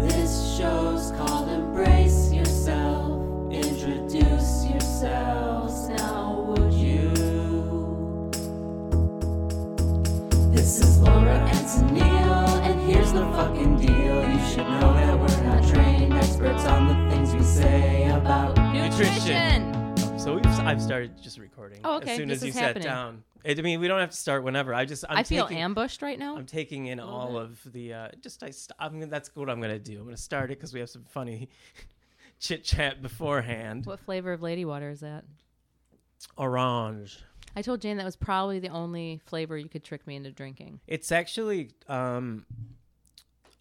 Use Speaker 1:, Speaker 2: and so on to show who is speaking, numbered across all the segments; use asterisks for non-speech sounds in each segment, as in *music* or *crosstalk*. Speaker 1: This show's called Embrace Yourself. Introduce yourselves now, would you? This is Laura and Sunil, and here's the fucking deal. You should know that we're not trained experts on the things we say about.
Speaker 2: Nutrition.
Speaker 3: So we've, I've started just recording.
Speaker 2: Oh, okay.
Speaker 3: As soon
Speaker 2: This
Speaker 3: as you
Speaker 2: is
Speaker 3: sat
Speaker 2: happening.
Speaker 3: down. It, I mean, we don't have to start whenever. I just I'm
Speaker 2: i feel Oh,
Speaker 3: taking,
Speaker 2: ambushed right now.
Speaker 3: I'm taking in all of the uh, just I st- I'm gonna- that's what I'm gonna do. I'm gonna start it because we have some funny *laughs* chit chat beforehand.
Speaker 2: what flavor of lady water is that?
Speaker 3: Orange.
Speaker 2: I told Jane that was probably the only flavor you could trick me into drinking.
Speaker 3: It's actually um,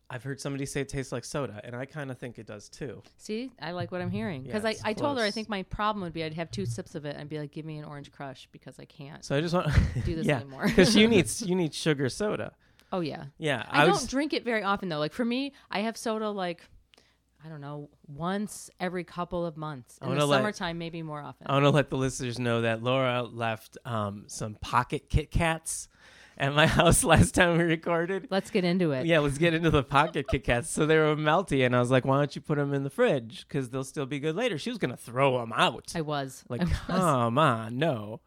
Speaker 3: I've heard somebody say it tastes like soda, and I kind of think it does too.
Speaker 2: See, I like what I'm hearing
Speaker 3: Yeah,
Speaker 2: because
Speaker 3: it's
Speaker 2: I, I told her I
Speaker 3: close.
Speaker 2: think my problem would be I'd have two sips of it and be like, give me an orange crush because I can't.
Speaker 3: So I just want
Speaker 2: Do this
Speaker 3: *laughs* yeah,
Speaker 2: anymore.
Speaker 3: because
Speaker 2: *laughs*
Speaker 3: you need you need sugar soda.
Speaker 2: oh yeah,
Speaker 3: Yeah,
Speaker 2: I,
Speaker 3: was-
Speaker 2: don't drink it very often though. Like for me, I have soda like. I don't know, once every couple of months.
Speaker 3: I
Speaker 2: In the
Speaker 3: wanna let-
Speaker 2: summertime, maybe more often.
Speaker 3: I want to let the listeners know that Laura left um, some pocket Kit Kats at my *laughs* house last time we recorded.
Speaker 2: Let's get into it.
Speaker 3: Yeah, let's get into the pocket Kit Kats. So they were melty, and I was like, "Why don't you put them in the fridge? Because they'll still be good later." She was gonna throw them out.
Speaker 2: I was.
Speaker 3: like,
Speaker 2: I was.
Speaker 3: come on, no,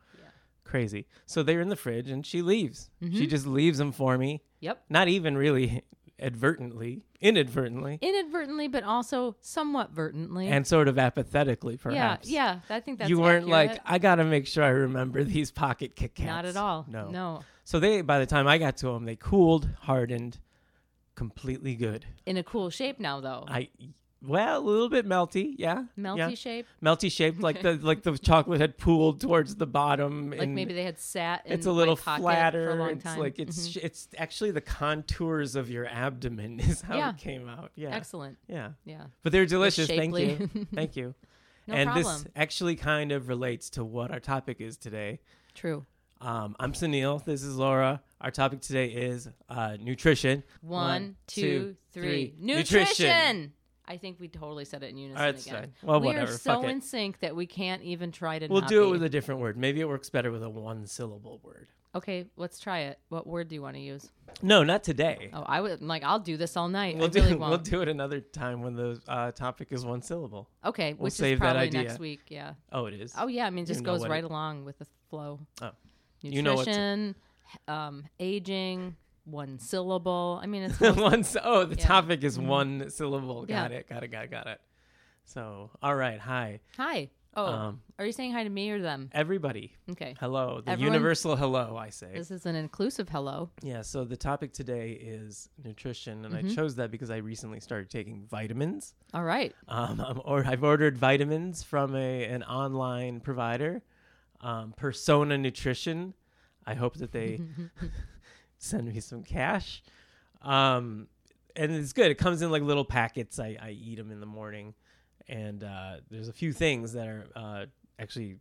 Speaker 3: crazy. So they're in the fridge, and she leaves.
Speaker 2: Mm-hmm.
Speaker 3: She just leaves them for me,
Speaker 2: Yep.
Speaker 3: not even really *laughs* advertently, inadvertently,
Speaker 2: Inadvertently, but also somewhat vertently.
Speaker 3: and sort of apathetically, perhaps.
Speaker 2: Yeah, yeah. I think that's
Speaker 3: you weren't like,
Speaker 2: accurate.
Speaker 3: I gotta make sure I remember these pocket Kit Kats.
Speaker 2: not at all.
Speaker 3: No,
Speaker 2: no.
Speaker 3: So they, by the time I got to them, they cooled, hardened, completely good.
Speaker 2: In a cool shape now, though.
Speaker 3: I, well, a little bit melty, yeah,
Speaker 2: Melty
Speaker 3: yeah.
Speaker 2: shape,
Speaker 3: melty shaped, like
Speaker 2: *laughs*
Speaker 3: the like the chocolate had pooled towards the bottom.
Speaker 2: like maybe they had sat. In
Speaker 3: It's a little
Speaker 2: my pocket
Speaker 3: flatter.
Speaker 2: For a long
Speaker 3: it's
Speaker 2: time. Mm-hmm.
Speaker 3: like it's sh it's actually the contours of your abdomen *laughs* is how
Speaker 2: Yeah.
Speaker 3: it came out. Yeah,
Speaker 2: Mm-hmm. excellent.
Speaker 3: yeah.
Speaker 2: Yeah.
Speaker 3: But they're delicious. Thank
Speaker 2: shapely.
Speaker 3: you,
Speaker 2: *laughs*
Speaker 3: thank you.
Speaker 2: No
Speaker 3: and this
Speaker 2: problem.
Speaker 3: actually kind of relates to what our topic is today.
Speaker 2: True.
Speaker 3: Um, I'm Sunil. This is Laura. Our topic today is uh, nutrition.
Speaker 2: One, two, three. Nutrition. I think we totally said it in unison
Speaker 3: That's
Speaker 2: again.
Speaker 3: fine. Well,
Speaker 2: we
Speaker 3: whatever.
Speaker 2: are
Speaker 3: Fuck
Speaker 2: so
Speaker 3: it.
Speaker 2: in sync that we can't even try to.
Speaker 3: We'll
Speaker 2: not
Speaker 3: do
Speaker 2: be.
Speaker 3: it with a different word. Maybe it works better with a one syllable word.
Speaker 2: Okay, let's try it. What word do you want to use?
Speaker 3: No, not today.
Speaker 2: Oh, I would like. I'll do this all night.
Speaker 3: We'll
Speaker 2: I really
Speaker 3: do
Speaker 2: won't.
Speaker 3: *laughs* we'll do it another time when the uh, topic is one syllable.
Speaker 2: okay, which
Speaker 3: save
Speaker 2: is
Speaker 3: that
Speaker 2: probably
Speaker 3: idea.
Speaker 2: next week. Yeah.
Speaker 3: Oh, it is.
Speaker 2: Oh yeah, I mean, it just
Speaker 3: know
Speaker 2: goes
Speaker 3: what
Speaker 2: right
Speaker 3: it-
Speaker 2: along with the flow.
Speaker 3: Oh.
Speaker 2: nutrition,
Speaker 3: You know what to-
Speaker 2: h- um, aging, one syllable. I mean,
Speaker 3: *laughs*
Speaker 2: it's most-
Speaker 3: *laughs* one. s- Oh, the
Speaker 2: Yeah. Mm-hmm.
Speaker 3: topic is one syllable. Got
Speaker 2: Yeah.
Speaker 3: it. Got it. Got it. Got it. So, all right. Hi,
Speaker 2: hi. Oh,
Speaker 3: Um,
Speaker 2: are you saying hi to me or them?
Speaker 3: everybody.
Speaker 2: Okay,
Speaker 3: Hello. The
Speaker 2: Mm. Everyone-
Speaker 3: universal hello. I say.
Speaker 2: this is an inclusive hello.
Speaker 3: Yeah, so the topic today is nutrition, and I chose that because I recently started taking vitamins.
Speaker 2: All right,
Speaker 3: Um, I'm, or I've ordered vitamins from a an online provider, um, Persona Nutrition. I hope that they *laughs* send me some cash. Um, and it's good. It comes in like little packets. I, I eat them in the morning, and uh, there's a few things that are uh, actually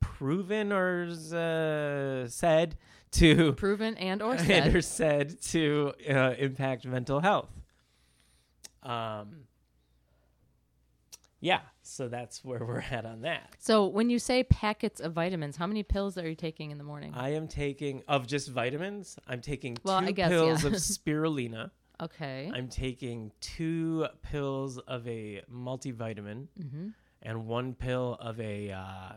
Speaker 3: proven or uh, said to
Speaker 2: proven and
Speaker 3: *laughs*
Speaker 2: or
Speaker 3: and are
Speaker 2: said.
Speaker 3: said to uh, impact mental health. Um, yeah, so that's where we're *laughs* at on that.
Speaker 2: So when you say packets of vitamins, how many pills are you taking in the morning?
Speaker 3: I am taking of just vitamins. I'm taking
Speaker 2: Well,
Speaker 3: two
Speaker 2: I guess, yeah. *laughs*
Speaker 3: pills of spirulina.
Speaker 2: okay,
Speaker 3: I'm taking two pills of a multivitamin
Speaker 2: Mm-hmm.
Speaker 3: and one pill of a uh,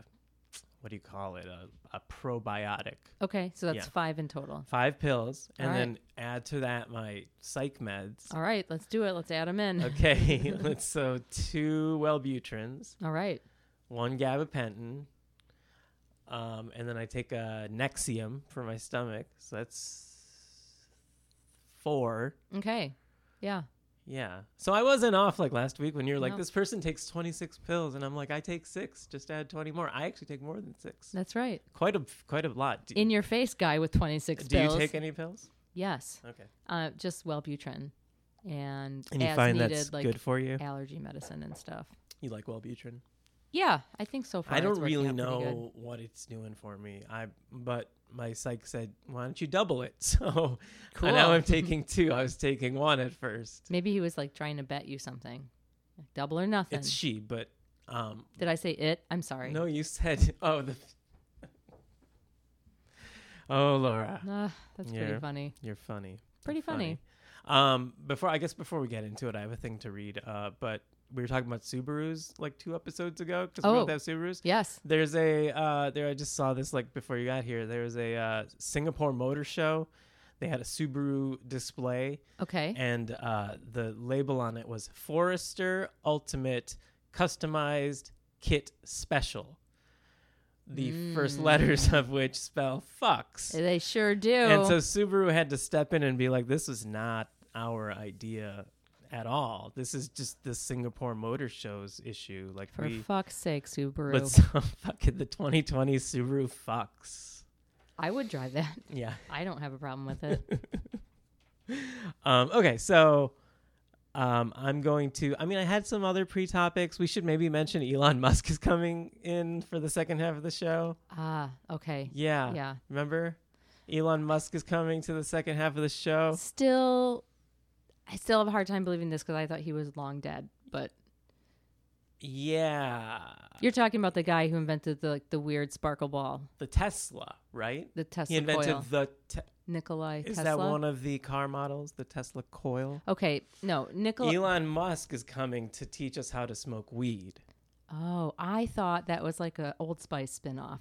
Speaker 3: what do you call it? A, a probiotic.
Speaker 2: okay, so that's
Speaker 3: yeah.
Speaker 2: five in total.
Speaker 3: Five pills, and
Speaker 2: All right.
Speaker 3: then add to that my psych meds.
Speaker 2: All right, let's do it. Let's add them in.
Speaker 3: Okay, *laughs* let's so two Wellbutrins,
Speaker 2: All right,
Speaker 3: one gabapentin, um, and then I take a Nexium for my stomach. So that's four.
Speaker 2: okay, yeah.
Speaker 3: Yeah. So I wasn't off like last week when you're like,
Speaker 2: No.
Speaker 3: this person takes 26 pills, and I'm like, I take six. Just add 20 more. I actually take more than six.
Speaker 2: That's right.
Speaker 3: Quite a quite a lot. Do,
Speaker 2: In your face, guy with 26
Speaker 3: do you
Speaker 2: pills.
Speaker 3: take any pills?
Speaker 2: yes.
Speaker 3: Okay.
Speaker 2: Uh, just Wellbutrin. and,
Speaker 3: And you
Speaker 2: as
Speaker 3: find
Speaker 2: needed,
Speaker 3: that's
Speaker 2: like
Speaker 3: good for you?
Speaker 2: allergy medicine and stuff.
Speaker 3: You like Wellbutrin?
Speaker 2: Yeah, I think so far.
Speaker 3: I don't
Speaker 2: it's working
Speaker 3: really
Speaker 2: out pretty good.
Speaker 3: know what it's doing for me. I but my psych said, "Why don't you double it?" *laughs* So and now
Speaker 2: Cool.
Speaker 3: I'm taking two. I was taking one at first.
Speaker 2: Maybe he was like trying to bet you something, Like, double or nothing.
Speaker 3: It's she, but um,
Speaker 2: Did I say it? I'm sorry.
Speaker 3: no, you said, *laughs* "Oh, the." oh, Laura,
Speaker 2: Ugh, that's
Speaker 3: Yeah.
Speaker 2: pretty funny.
Speaker 3: you're funny.
Speaker 2: Pretty funny.
Speaker 3: Um, before I guess before we get into it, I have a thing to read. Uh, but we were talking about Subarus like two episodes ago because we
Speaker 2: Oh.
Speaker 3: both have Subarus.
Speaker 2: Yes.
Speaker 3: There's a uh, there. I just saw this like before you got here. There was a uh, Singapore Motor Show. They had a Subaru display,
Speaker 2: Okay.
Speaker 3: and uh, the label on it was Forester Ultimate Customized Kit Special. The first letters of which spell fucks.
Speaker 2: they sure do.
Speaker 3: And so Subaru had to step in and be like, this was not our idea at all. This is just the Singapore Motor Show's issue. Like,
Speaker 2: For
Speaker 3: we,
Speaker 2: fuck's sake, Subaru.
Speaker 3: but so *laughs* fucking the 2020 Subaru fucks.
Speaker 2: I would drive that. *laughs*
Speaker 3: Yeah.
Speaker 2: I don't have a problem with it.
Speaker 3: *laughs* Um, okay. So um, I'm going to, I mean, I had some other pre topics. We should maybe mention Elon *laughs* Musk is coming in for the second half of the show.
Speaker 2: ah, okay.
Speaker 3: Yeah.
Speaker 2: Yeah.
Speaker 3: Remember? Elon Musk is coming to the second half of the show.
Speaker 2: Still, I still have a hard time believing this because I thought he was long dead. But
Speaker 3: Yeah.
Speaker 2: you're talking about the guy who invented the like, the weird sparkle ball,
Speaker 3: the Tesla, right?
Speaker 2: the Tesla
Speaker 3: he invented
Speaker 2: coil.
Speaker 3: the. Te-
Speaker 2: Nikolai
Speaker 3: is
Speaker 2: Tesla.
Speaker 3: that one of the car models, the Tesla coil?
Speaker 2: okay, no, Nikolai.
Speaker 3: Elon Musk is coming to teach us how to smoke weed. *laughs*
Speaker 2: oh, I thought that was like a Old Spice spinoff.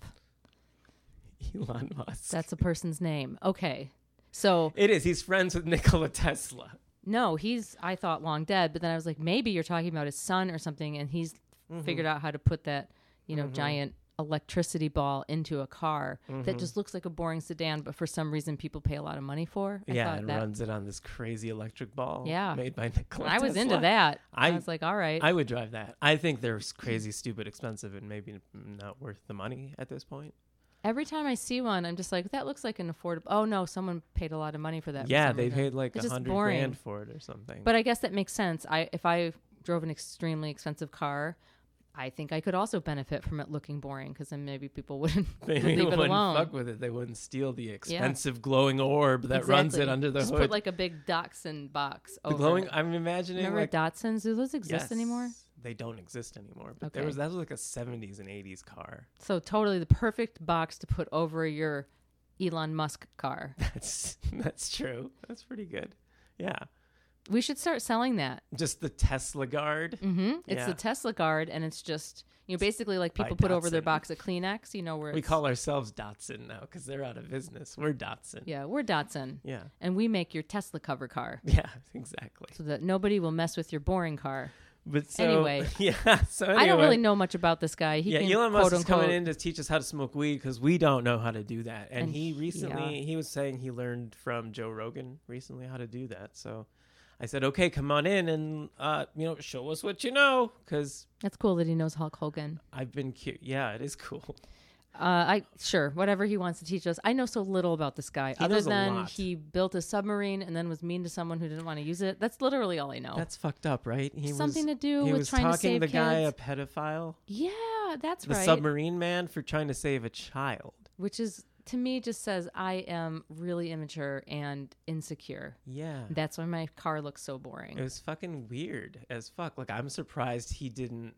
Speaker 3: Elon Musk.
Speaker 2: That's a person's name. Okay, so
Speaker 3: it is. He's friends with *laughs* Nikola Tesla.
Speaker 2: no, he's I thought long dead, but then I was like, maybe you're talking about his son or something, and he's
Speaker 3: Mm-hmm.
Speaker 2: figured out how to put that you know giant electricity ball into a car that
Speaker 3: Mm-hmm.
Speaker 2: just looks like a boring sedan, but for some reason people pay a lot of money for. I
Speaker 3: yeah,
Speaker 2: thought
Speaker 3: and
Speaker 2: that.
Speaker 3: runs it on this crazy electric ball.
Speaker 2: Yeah.
Speaker 3: made by *laughs* Nikola.
Speaker 2: I was into
Speaker 3: Tesla.
Speaker 2: that. I,
Speaker 3: I-
Speaker 2: was like, all right,
Speaker 3: I would drive that. I think they're crazy, stupid, expensive, and maybe not worth the money at this point.
Speaker 2: Every time I see one, I'm just like, that looks like an affordable. Oh no, someone paid a lot of money for that. for
Speaker 3: yeah,
Speaker 2: some
Speaker 3: they
Speaker 2: reason.
Speaker 3: paid like
Speaker 2: It's
Speaker 3: a
Speaker 2: just
Speaker 3: hundred
Speaker 2: boring.
Speaker 3: grand for it or something.
Speaker 2: But I guess that makes sense. I if I drove an extremely expensive car, I think I could also benefit from it looking boring because then maybe people *laughs* wouldn't
Speaker 3: *laughs* they
Speaker 2: would leave it
Speaker 3: wouldn't
Speaker 2: alone.
Speaker 3: fuck with it. They wouldn't steal the expensive glowing orb that runs it
Speaker 2: Exactly.
Speaker 3: under the
Speaker 2: just
Speaker 3: hood.
Speaker 2: put like a big Datsun box.
Speaker 3: the
Speaker 2: over
Speaker 3: glowing.
Speaker 2: it.
Speaker 3: I'm imagining
Speaker 2: Remember
Speaker 3: like
Speaker 2: Datsuns? Do those exist
Speaker 3: yes,
Speaker 2: anymore?
Speaker 3: They don't exist anymore. But there
Speaker 2: Okay.
Speaker 3: was that was like a 70s and 80s car. *laughs*
Speaker 2: So totally the perfect box to put over your Elon Musk car.
Speaker 3: That's that's true. That's pretty good. Yeah,
Speaker 2: we should start selling that.
Speaker 3: just the Tesla guard.
Speaker 2: hmm It's
Speaker 3: Yeah.
Speaker 2: the Tesla guard, and it's just you know basically like
Speaker 3: by
Speaker 2: people put over their
Speaker 3: Datsun.
Speaker 2: box of Kleenex. You know where
Speaker 3: We
Speaker 2: it's-
Speaker 3: call ourselves Datsun now because they're out of business. We're Datsun.
Speaker 2: Yeah, we're Datsun,
Speaker 3: yeah, *laughs*
Speaker 2: and we make your Tesla cover car
Speaker 3: yeah, exactly.
Speaker 2: so that nobody will mess with your boring car.
Speaker 3: But so
Speaker 2: Anyway.
Speaker 3: *laughs* yeah. So
Speaker 2: I don't
Speaker 3: anyway.
Speaker 2: really know much about this guy. He
Speaker 3: yeah,
Speaker 2: can,
Speaker 3: Elon
Speaker 2: quote
Speaker 3: Musk is
Speaker 2: unquote,
Speaker 3: coming in to teach us how to smoke weed because we don't know how to do that. And,
Speaker 2: And
Speaker 3: he
Speaker 2: he-
Speaker 3: recently,
Speaker 2: yeah.
Speaker 3: he was saying he learned from Joe Rogan recently how to do that. So I said, okay, come on in and uh, you know, show us what you know because
Speaker 2: That's cool that he knows Hulk Hogan.
Speaker 3: I've been cute. Yeah, it is cool.
Speaker 2: Uh, I sure whatever he wants to teach us. I know so little about this guy, other
Speaker 3: knows a
Speaker 2: than
Speaker 3: lot.
Speaker 2: he built a submarine and then was mean to someone who didn't want to use it. That's literally all I know.
Speaker 3: That's fucked up, right? He
Speaker 2: Oh. Something to do
Speaker 3: he
Speaker 2: with
Speaker 3: was
Speaker 2: trying to
Speaker 3: talking
Speaker 2: save
Speaker 3: the guy a
Speaker 2: kids.
Speaker 3: pedophile,
Speaker 2: yeah, that's
Speaker 3: the
Speaker 2: right.
Speaker 3: submarine man for trying to save a child.
Speaker 2: Which is to me just says I am really immature and insecure.
Speaker 3: Yeah.
Speaker 2: That's why my car looks so boring.
Speaker 3: It was fucking weird as fuck. Like I'm surprised he didn't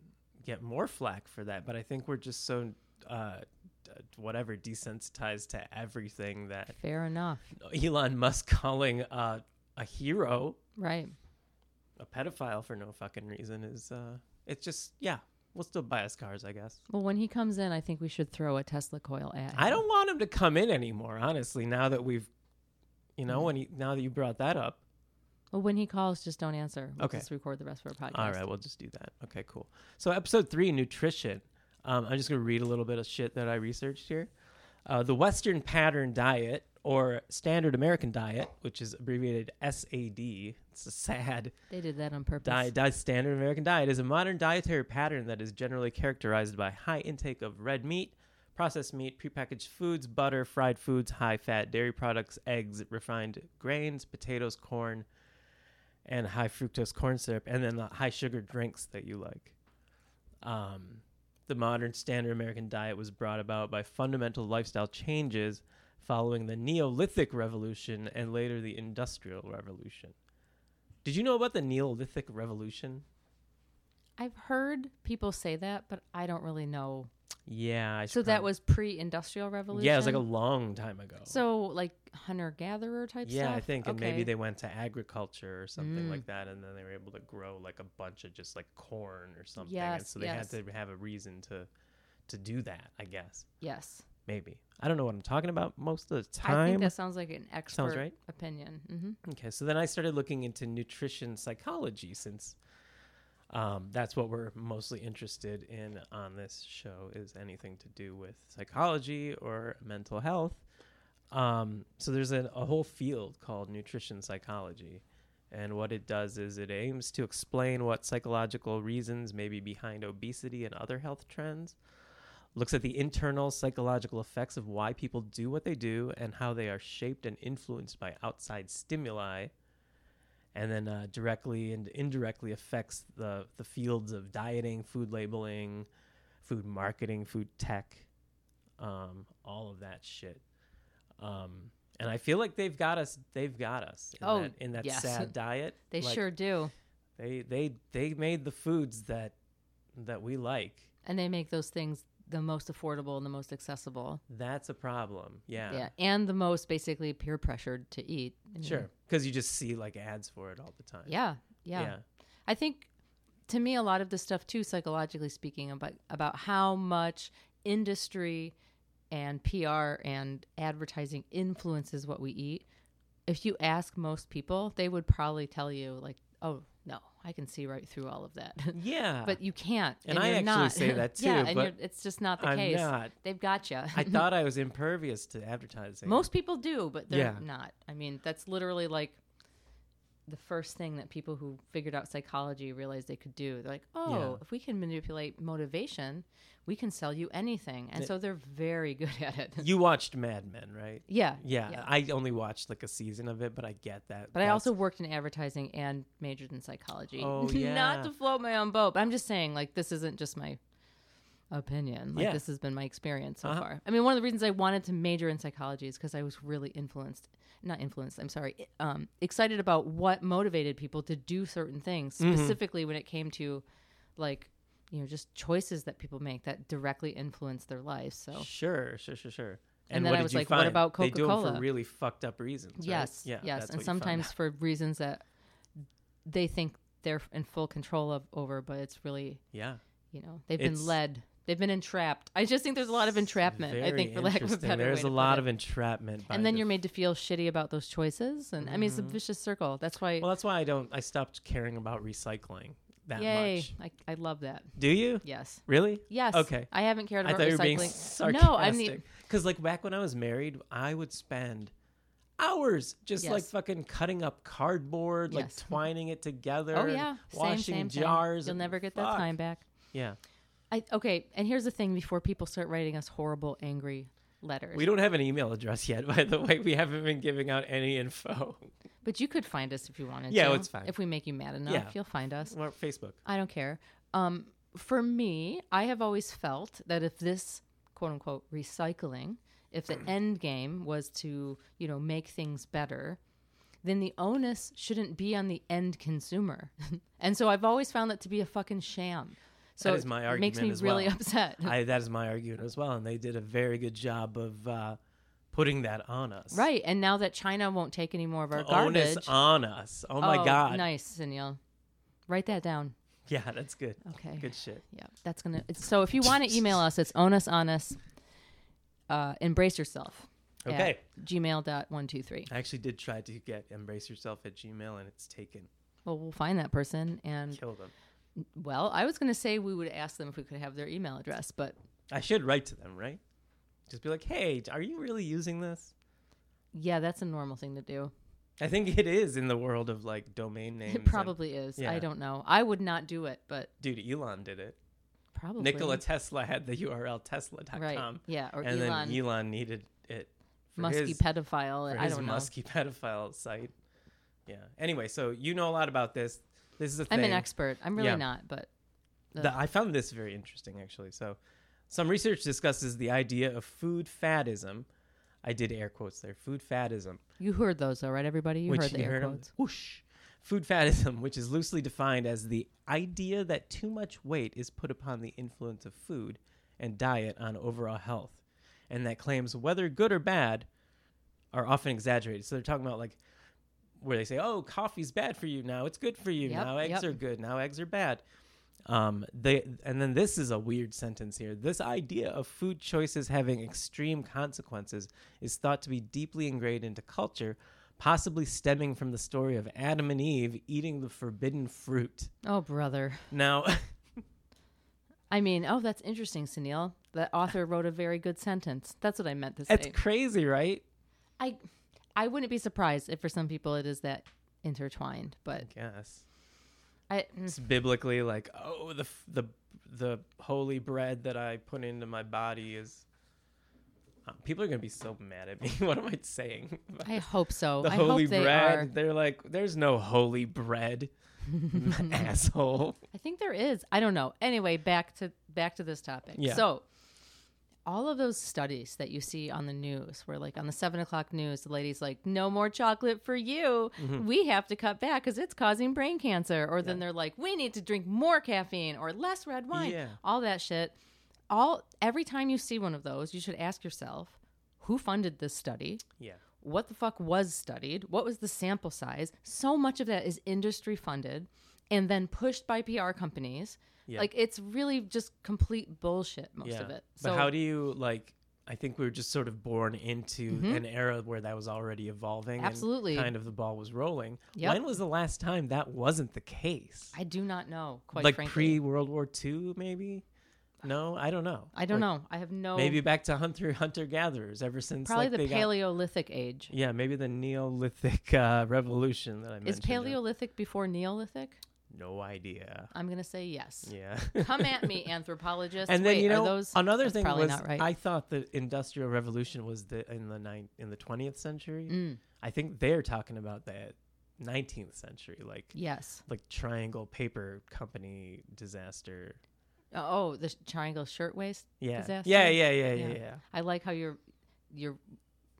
Speaker 3: get more flack for that, but I think we're just so uh d- whatever desensitized to everything that
Speaker 2: Fair enough.
Speaker 3: Elon Musk *laughs* calling uh, a hero
Speaker 2: Right.
Speaker 3: a pedophile for no fucking reason is uh it's just yeah, we'll still buy us cars, I guess.
Speaker 2: Well, when he comes in, I think we should throw a Tesla coil at.
Speaker 3: I
Speaker 2: him.
Speaker 3: don't want him to come in anymore, honestly, now that we've you know, when he, now that you brought that up,
Speaker 2: Well, when he calls, just don't answer. We'll
Speaker 3: Okay.
Speaker 2: Just record the rest of our podcast.
Speaker 3: All right, we'll just do that. Okay, cool. So, episode three, nutrition. Um, I'm just going to read a little bit of shit that I researched here. Uh, the Western pattern diet, or standard American diet, which is abbreviated SAD, it's a sad
Speaker 2: They did that on purpose.
Speaker 3: diet, di- standard American diet, is a modern dietary pattern that is generally characterized by high intake of red meat, processed meat, prepackaged foods, butter, fried foods, high fat dairy products, eggs, refined grains, potatoes, corn, and high fructose corn syrup, and then the high sugar drinks that you like. Um, the modern standard American diet was brought about by fundamental lifestyle changes following the Neolithic Revolution and later the Industrial Revolution. Did you know about the Neolithic Revolution?
Speaker 2: I've heard people say that, but I don't really know.
Speaker 3: Yeah. I
Speaker 2: So
Speaker 3: should
Speaker 2: that
Speaker 3: prob-
Speaker 2: was pre-industrial revolution.
Speaker 3: Yeah, it was like a long time ago.
Speaker 2: so like hunter gatherer type
Speaker 3: yeah,
Speaker 2: stuff.
Speaker 3: I think, and
Speaker 2: Okay.
Speaker 3: maybe they went to agriculture or something like that, and then they were able to grow like a bunch of just like corn or something. and
Speaker 2: Yes,
Speaker 3: so they
Speaker 2: yes.
Speaker 3: had to have a reason to to do that, I guess.
Speaker 2: Yes,
Speaker 3: Maybe I don't know what I'm talking about most of the
Speaker 2: I think
Speaker 3: time.
Speaker 2: that sounds like an expert
Speaker 3: right.
Speaker 2: opinion. hmm
Speaker 3: Okay, so then I started looking into nutrition psychology since um, that's what we're mostly interested in on this show is anything to do with psychology or mental health. Um, so there's a, a whole field called nutrition psychology. And what it does is it aims to explain what psychological reasons may be behind obesity and other health trends, looks at the internal psychological effects of why people do what they do and how they are shaped and influenced by outside stimuli, and then uh, directly and indirectly affects the, the fields of dieting, food labeling, food marketing, food tech, um, all of that shit. Um, and I feel like they've got us. They've got us in
Speaker 2: Oh,
Speaker 3: that, in that
Speaker 2: yes.
Speaker 3: sad diet.
Speaker 2: They
Speaker 3: Like,
Speaker 2: sure do,
Speaker 3: they they they made the foods that that we like
Speaker 2: and they make those things the most affordable and the most accessible.
Speaker 3: that's a problem yeah,
Speaker 2: Yeah, and the most basically peer pressured to eat. I mean,
Speaker 3: sure because you just see like ads for it all the time
Speaker 2: Yeah, yeah,
Speaker 3: yeah
Speaker 2: I think to me a lot of this stuff too, psychologically speaking, about about how much industry and PR and advertising influences what we eat. If you ask most people, they would probably tell you like, "Oh no, I can see right through all of that." *laughs*
Speaker 3: yeah
Speaker 2: but you can't,
Speaker 3: And I
Speaker 2: you're
Speaker 3: actually
Speaker 2: not.
Speaker 3: say that
Speaker 2: *laughs*
Speaker 3: too,
Speaker 2: yeah, and
Speaker 3: but
Speaker 2: you're, it's just not the
Speaker 3: I'm
Speaker 2: case.
Speaker 3: not.
Speaker 2: They've got you. *laughs*
Speaker 3: i thought i was impervious to advertising
Speaker 2: Most people do, but they're
Speaker 3: Yeah.
Speaker 2: not. I mean, that's literally like the first thing that people who figured out psychology realized they could do. They're like, oh,
Speaker 3: Yeah.
Speaker 2: if we can manipulate motivation, we can sell you anything. And so they're very *laughs* good at it.
Speaker 3: you watched mad men right
Speaker 2: yeah.
Speaker 3: yeah, i only watched like a season of it but i get that
Speaker 2: But I
Speaker 3: That's-
Speaker 2: also worked in advertising and majored in psychology.
Speaker 3: Oh,
Speaker 2: *laughs*
Speaker 3: yeah.
Speaker 2: Not to float my own boat, but I'm just saying, like, this isn't just my opinion. Like,
Speaker 3: Yeah.
Speaker 2: this has been my experience so
Speaker 3: Uh-huh.
Speaker 2: far. I mean, one of the reasons I wanted to major in psychology is because I was really influenced, not influenced, I'm sorry, i- um, excited about what motivated people to do certain things,
Speaker 3: Mm-hmm.
Speaker 2: specifically when it came to, like, you know, just choices that people make that directly influence their lives. So,
Speaker 3: sure sure sure sure
Speaker 2: And then
Speaker 3: what
Speaker 2: I
Speaker 3: did
Speaker 2: was
Speaker 3: you
Speaker 2: like, what about
Speaker 3: They do 'em for
Speaker 2: Coca-Cola?
Speaker 3: really fucked up reasons. right?
Speaker 2: Yes.
Speaker 3: Yeah.
Speaker 2: yes.
Speaker 3: that's
Speaker 2: And
Speaker 3: what you found
Speaker 2: sometimes
Speaker 3: out.
Speaker 2: for reasons that they think they're in full control of over, but it's really,
Speaker 3: Yeah.
Speaker 2: you know, they've
Speaker 3: It's-
Speaker 2: been led. They've been entrapped. I just think there's a lot of entrapment. I
Speaker 3: Very
Speaker 2: think for lack of a
Speaker 3: interesting.
Speaker 2: better
Speaker 3: There's
Speaker 2: way
Speaker 3: a
Speaker 2: to put
Speaker 3: lot
Speaker 2: it.
Speaker 3: of entrapment. By
Speaker 2: and then
Speaker 3: the
Speaker 2: you're made to feel shitty about those choices, and I mean it's a vicious circle. That's why,
Speaker 3: Mm-hmm. Well, that's why I don't. I stopped caring about recycling that
Speaker 2: yay!
Speaker 3: much.
Speaker 2: I, I love that.
Speaker 3: Do you?
Speaker 2: Yes,
Speaker 3: Really?
Speaker 2: yes.
Speaker 3: Okay.
Speaker 2: I haven't cared
Speaker 3: I
Speaker 2: about
Speaker 3: thought you were being
Speaker 2: recycling.
Speaker 3: sarcastic.
Speaker 2: no, I mean,
Speaker 3: because like back when I was married, I would spend hours just like
Speaker 2: Yes.
Speaker 3: fucking cutting up cardboard, like
Speaker 2: Yes.
Speaker 3: twining it together.
Speaker 2: oh yeah, same,
Speaker 3: washing
Speaker 2: same, same.
Speaker 3: jars.
Speaker 2: You'll never get
Speaker 3: Fuck.
Speaker 2: that time back.
Speaker 3: Yeah,
Speaker 2: I, okay, and here's the thing: before people start writing us horrible, angry letters,
Speaker 3: we don't have an email address yet. *laughs* By the way, we haven't been giving out
Speaker 2: *laughs*
Speaker 3: any info.
Speaker 2: But you could find us if you wanted
Speaker 3: Yeah,
Speaker 2: to.
Speaker 3: it's fine.
Speaker 2: If we make you mad enough,
Speaker 3: Yeah.
Speaker 2: you'll find us.
Speaker 3: Well, Facebook.
Speaker 2: I don't care. Um, for me, I have always felt that if this quote unquote recycling, if
Speaker 3: *clears throat*
Speaker 2: the end game was to, you know, make things better, then the onus shouldn't be on the end consumer. *laughs* and so I've always found that to be a fucking sham. So
Speaker 3: That is my
Speaker 2: it makes
Speaker 3: argument
Speaker 2: me
Speaker 3: as
Speaker 2: really
Speaker 3: well.
Speaker 2: upset.
Speaker 3: I, that is my argument as well, and they did a very good job of uh, putting that on us.
Speaker 2: *laughs* right. And now that China won't take any more of our
Speaker 3: Onus
Speaker 2: garbage.
Speaker 3: on us. Oh my god.
Speaker 2: Nice, Sunil. Write that down.
Speaker 3: Yeah, that's good.
Speaker 2: Okay.
Speaker 3: Good shit.
Speaker 2: Yeah, that's gonna. It's, so if you want to email us, it's onus on us. Uh, embrace yourself. at
Speaker 3: Okay.
Speaker 2: Gmail dot one two three.
Speaker 3: I actually did try to get embrace yourself at Gmail and it's taken.
Speaker 2: Well, we'll find that person, and
Speaker 3: Kill them.
Speaker 2: well, I was gonna say we would ask them if we could have their email address, but
Speaker 3: I should write to them, right? Just be like, hey, are you really using this?
Speaker 2: yeah, that's a normal thing to do.
Speaker 3: I think it is in the world of like
Speaker 2: *laughs*
Speaker 3: domain names.
Speaker 2: It
Speaker 3: and-
Speaker 2: probably is.
Speaker 3: yeah.
Speaker 2: I don't know. I would not do it, but
Speaker 3: dude, Elon did it.
Speaker 2: probably
Speaker 3: Nikola Tesla had the URL tesla.com.
Speaker 2: Right. Yeah, or
Speaker 3: and
Speaker 2: Elon,
Speaker 3: then Elon needed it for
Speaker 2: musky
Speaker 3: his,
Speaker 2: pedophile.
Speaker 3: for
Speaker 2: I
Speaker 3: his
Speaker 2: don't know.
Speaker 3: musky pedophile site. Yeah. Anyway, so you know a lot about this. This is a thing.
Speaker 2: I'm an expert. I'm really
Speaker 3: Yeah.
Speaker 2: not, but
Speaker 3: The- I found this very interesting, actually. So, some research discusses the idea of food faddism. I did air quotes there. Food faddism.
Speaker 2: you heard those though, right? Everybody, you
Speaker 3: which
Speaker 2: heard the
Speaker 3: you
Speaker 2: air
Speaker 3: heard of-
Speaker 2: quotes.
Speaker 3: whoosh. Food faddism, *laughs* which is loosely defined as the idea that too much weight is put upon the influence of food and diet on overall health, and that claims, whether good or bad, are often exaggerated. So they're talking about like where they say, "Oh, coffee's bad for you now; it's good for you
Speaker 2: Yep,
Speaker 3: now. Eggs
Speaker 2: yep.
Speaker 3: are good now; eggs are bad." Um, they and then this is a weird sentence here. This idea of food choices having extreme consequences is thought to be deeply ingrained into culture, possibly stemming from the story of Adam and Eve eating the forbidden fruit.
Speaker 2: Oh, brother.
Speaker 3: Now, *laughs*
Speaker 2: I mean, oh, that's interesting, Sunil. The author wrote a very good sentence. That's what I meant to say.
Speaker 3: that's crazy, right?
Speaker 2: I, I wouldn't be surprised if for some people it is that intertwined, but
Speaker 3: Yes.
Speaker 2: I, mm,
Speaker 3: it's biblically like oh the f- the the holy bread that i put into my body is Uh, people are gonna be so mad at me *laughs* what am i saying about
Speaker 2: I hope so.
Speaker 3: the
Speaker 2: I
Speaker 3: holy
Speaker 2: hope they
Speaker 3: bread
Speaker 2: are.
Speaker 3: they're like there's no
Speaker 2: *laughs*
Speaker 3: holy bread asshole
Speaker 2: I think there is. I don't know. Anyway, back to back to this topic.
Speaker 3: Yeah.
Speaker 2: So all of those studies that you see on the news where like on the seven o'clock news the lady's like no more chocolate for you
Speaker 3: Mm-hmm.
Speaker 2: we have to cut back because it's causing brain cancer or then they're like we need to drink more caffeine or less red wine
Speaker 3: Yeah.
Speaker 2: all that shit all every time you see one of those you should ask yourself who funded this study
Speaker 3: yeah
Speaker 2: what the fuck was studied, what was the sample size. So much of that is industry funded and then pushed by PR companies.
Speaker 3: Yeah.
Speaker 2: Like it's really just complete bullshit most
Speaker 3: yeah
Speaker 2: of it.
Speaker 3: but how do you like i think we were just sort of born into an era where that was already evolving and
Speaker 2: Mm-hmm. Absolutely.
Speaker 3: kind of the ball was rolling
Speaker 2: Yep.
Speaker 3: when was the last time that wasn't the case
Speaker 2: I do not know, quite
Speaker 3: like
Speaker 2: frankly.
Speaker 3: pre World War II, maybe. No, I don't know.
Speaker 2: I don't
Speaker 3: Like,
Speaker 2: know. I have no
Speaker 3: Maybe back to hunter hunter gatherers. Ever since
Speaker 2: probably
Speaker 3: like, they
Speaker 2: the
Speaker 3: got-
Speaker 2: Paleolithic age.
Speaker 3: yeah, maybe the Neolithic uh, revolution that I mentioned.
Speaker 2: Is Paleolithic before Neolithic?
Speaker 3: No idea.
Speaker 2: I'm gonna say yes. *laughs*
Speaker 3: Yeah.
Speaker 2: Come at me, anthropologists.
Speaker 3: *laughs* and then
Speaker 2: Wait,
Speaker 3: you
Speaker 2: are
Speaker 3: know
Speaker 2: those
Speaker 3: another
Speaker 2: that's
Speaker 3: thing
Speaker 2: probably
Speaker 3: was
Speaker 2: not right.
Speaker 3: I thought the industrial revolution was the in the nine in the twentieth century.
Speaker 2: Mm,
Speaker 3: I think they're talking about that nineteenth century, like
Speaker 2: yes.
Speaker 3: like Triangle Paper Company disaster.
Speaker 2: Oh, the sh- triangle shirtwaist
Speaker 3: Yeah.
Speaker 2: Disaster?
Speaker 3: yeah, yeah, yeah, yeah,
Speaker 2: Yeah.
Speaker 3: yeah.
Speaker 2: I like how you're you're